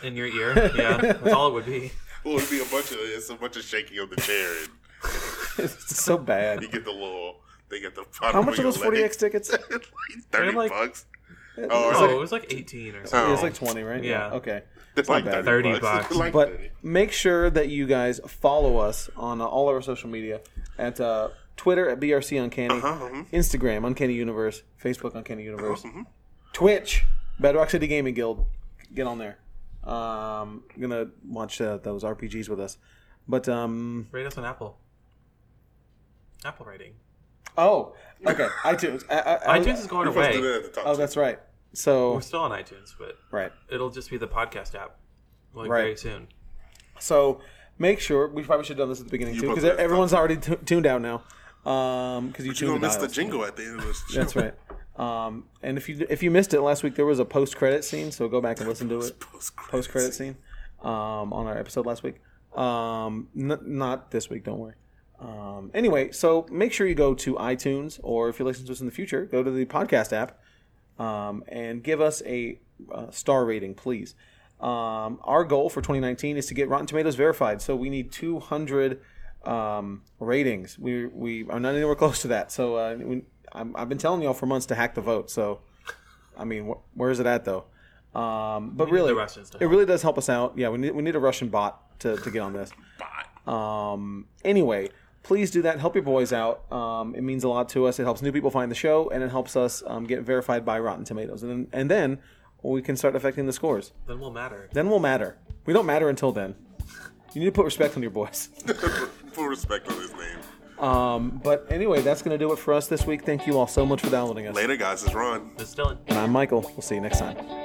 C: in your ear. Yeah, that's all it would be.
B: Well, it'd be a bunch of it's a bunch of shaking of the chair, and
A: it's so bad.
B: you get the little they get the
A: How much are those 40x tickets?
B: Thirty
C: They're like-
B: bucks.
A: It's
B: Oh,
C: Oh,
A: like-
C: it was like 18 or something.
B: Oh,
A: It's like 20, right?
C: Yeah.
A: Okay.
B: it's
A: not
B: like
A: bad.
B: 30
C: 30
B: bucks.
C: bucks.
B: Like
A: But
B: 30.
A: make sure that you guys follow us on uh, all of our social media at uh, Twitter at BRC Uncanny,
B: Uh-huh.
A: Instagram Uncanny Universe, Facebook Uncanny Universe,
B: Uh-huh.
A: Twitch Bedrock City Gaming Guild. Get on there. Um, gonna watch uh, those RPGs with us. But um,
C: Rate us on Apple. Apple rating.
A: oh, okay, iTunes. I, I, I was-
C: iTunes is going
B: You're supposed to do
C: away.
B: that at the top.
A: Oh, that's right. So
C: We're still on iTunes, but
A: right.
C: it'll just be the podcast app like
A: Right.
C: very soon.
A: So make sure we probably should have done this at the beginning too,
B: both
A: because
B: did.
A: everyone's already tu- tuned out now. Um, because you
B: You're
A: tuned
B: gonna miss the
A: dials.
B: jingle at the end of this. Show.
A: That's right. Um, and if you if you missed it last week, there was a post credit scene, so go back and listen to it. Post credit scene um, on our episode last week. Um, n- not this week, don't worry. Um, anyway, so make sure you go to iTunes, or if you listen to us in the future, go to the podcast app um, and give us a uh, star rating, please. Um, our goal for 2019 is to get Rotten Tomatoes verified, so we need 200 um, ratings. We we are not anywhere close to that. So uh, we, I'm, I've been telling y'all for months to hack the vote. So, I mean, wh- where is it at though? Um, but really,
C: the Russians to
A: it really does help us out. Yeah, we need we need a Russian bot to, to get on this. Um, anyway, please do that. Help your boys out. Um, it means a lot to us. It helps new people find the show, and it helps us um, get verified by Rotten Tomatoes. And then, and then we can start affecting the scores.
C: Then we'll matter.
A: Then we'll matter. We don't matter until then. You need to put respect on your boys.
B: Full respect on his name.
A: But anyway, that's going to do it for us this week. Thank you all so much for downloading us.
B: Later, guys. It's Ron.
C: Just Dylan.
A: And I'm Michael. We'll see you next time.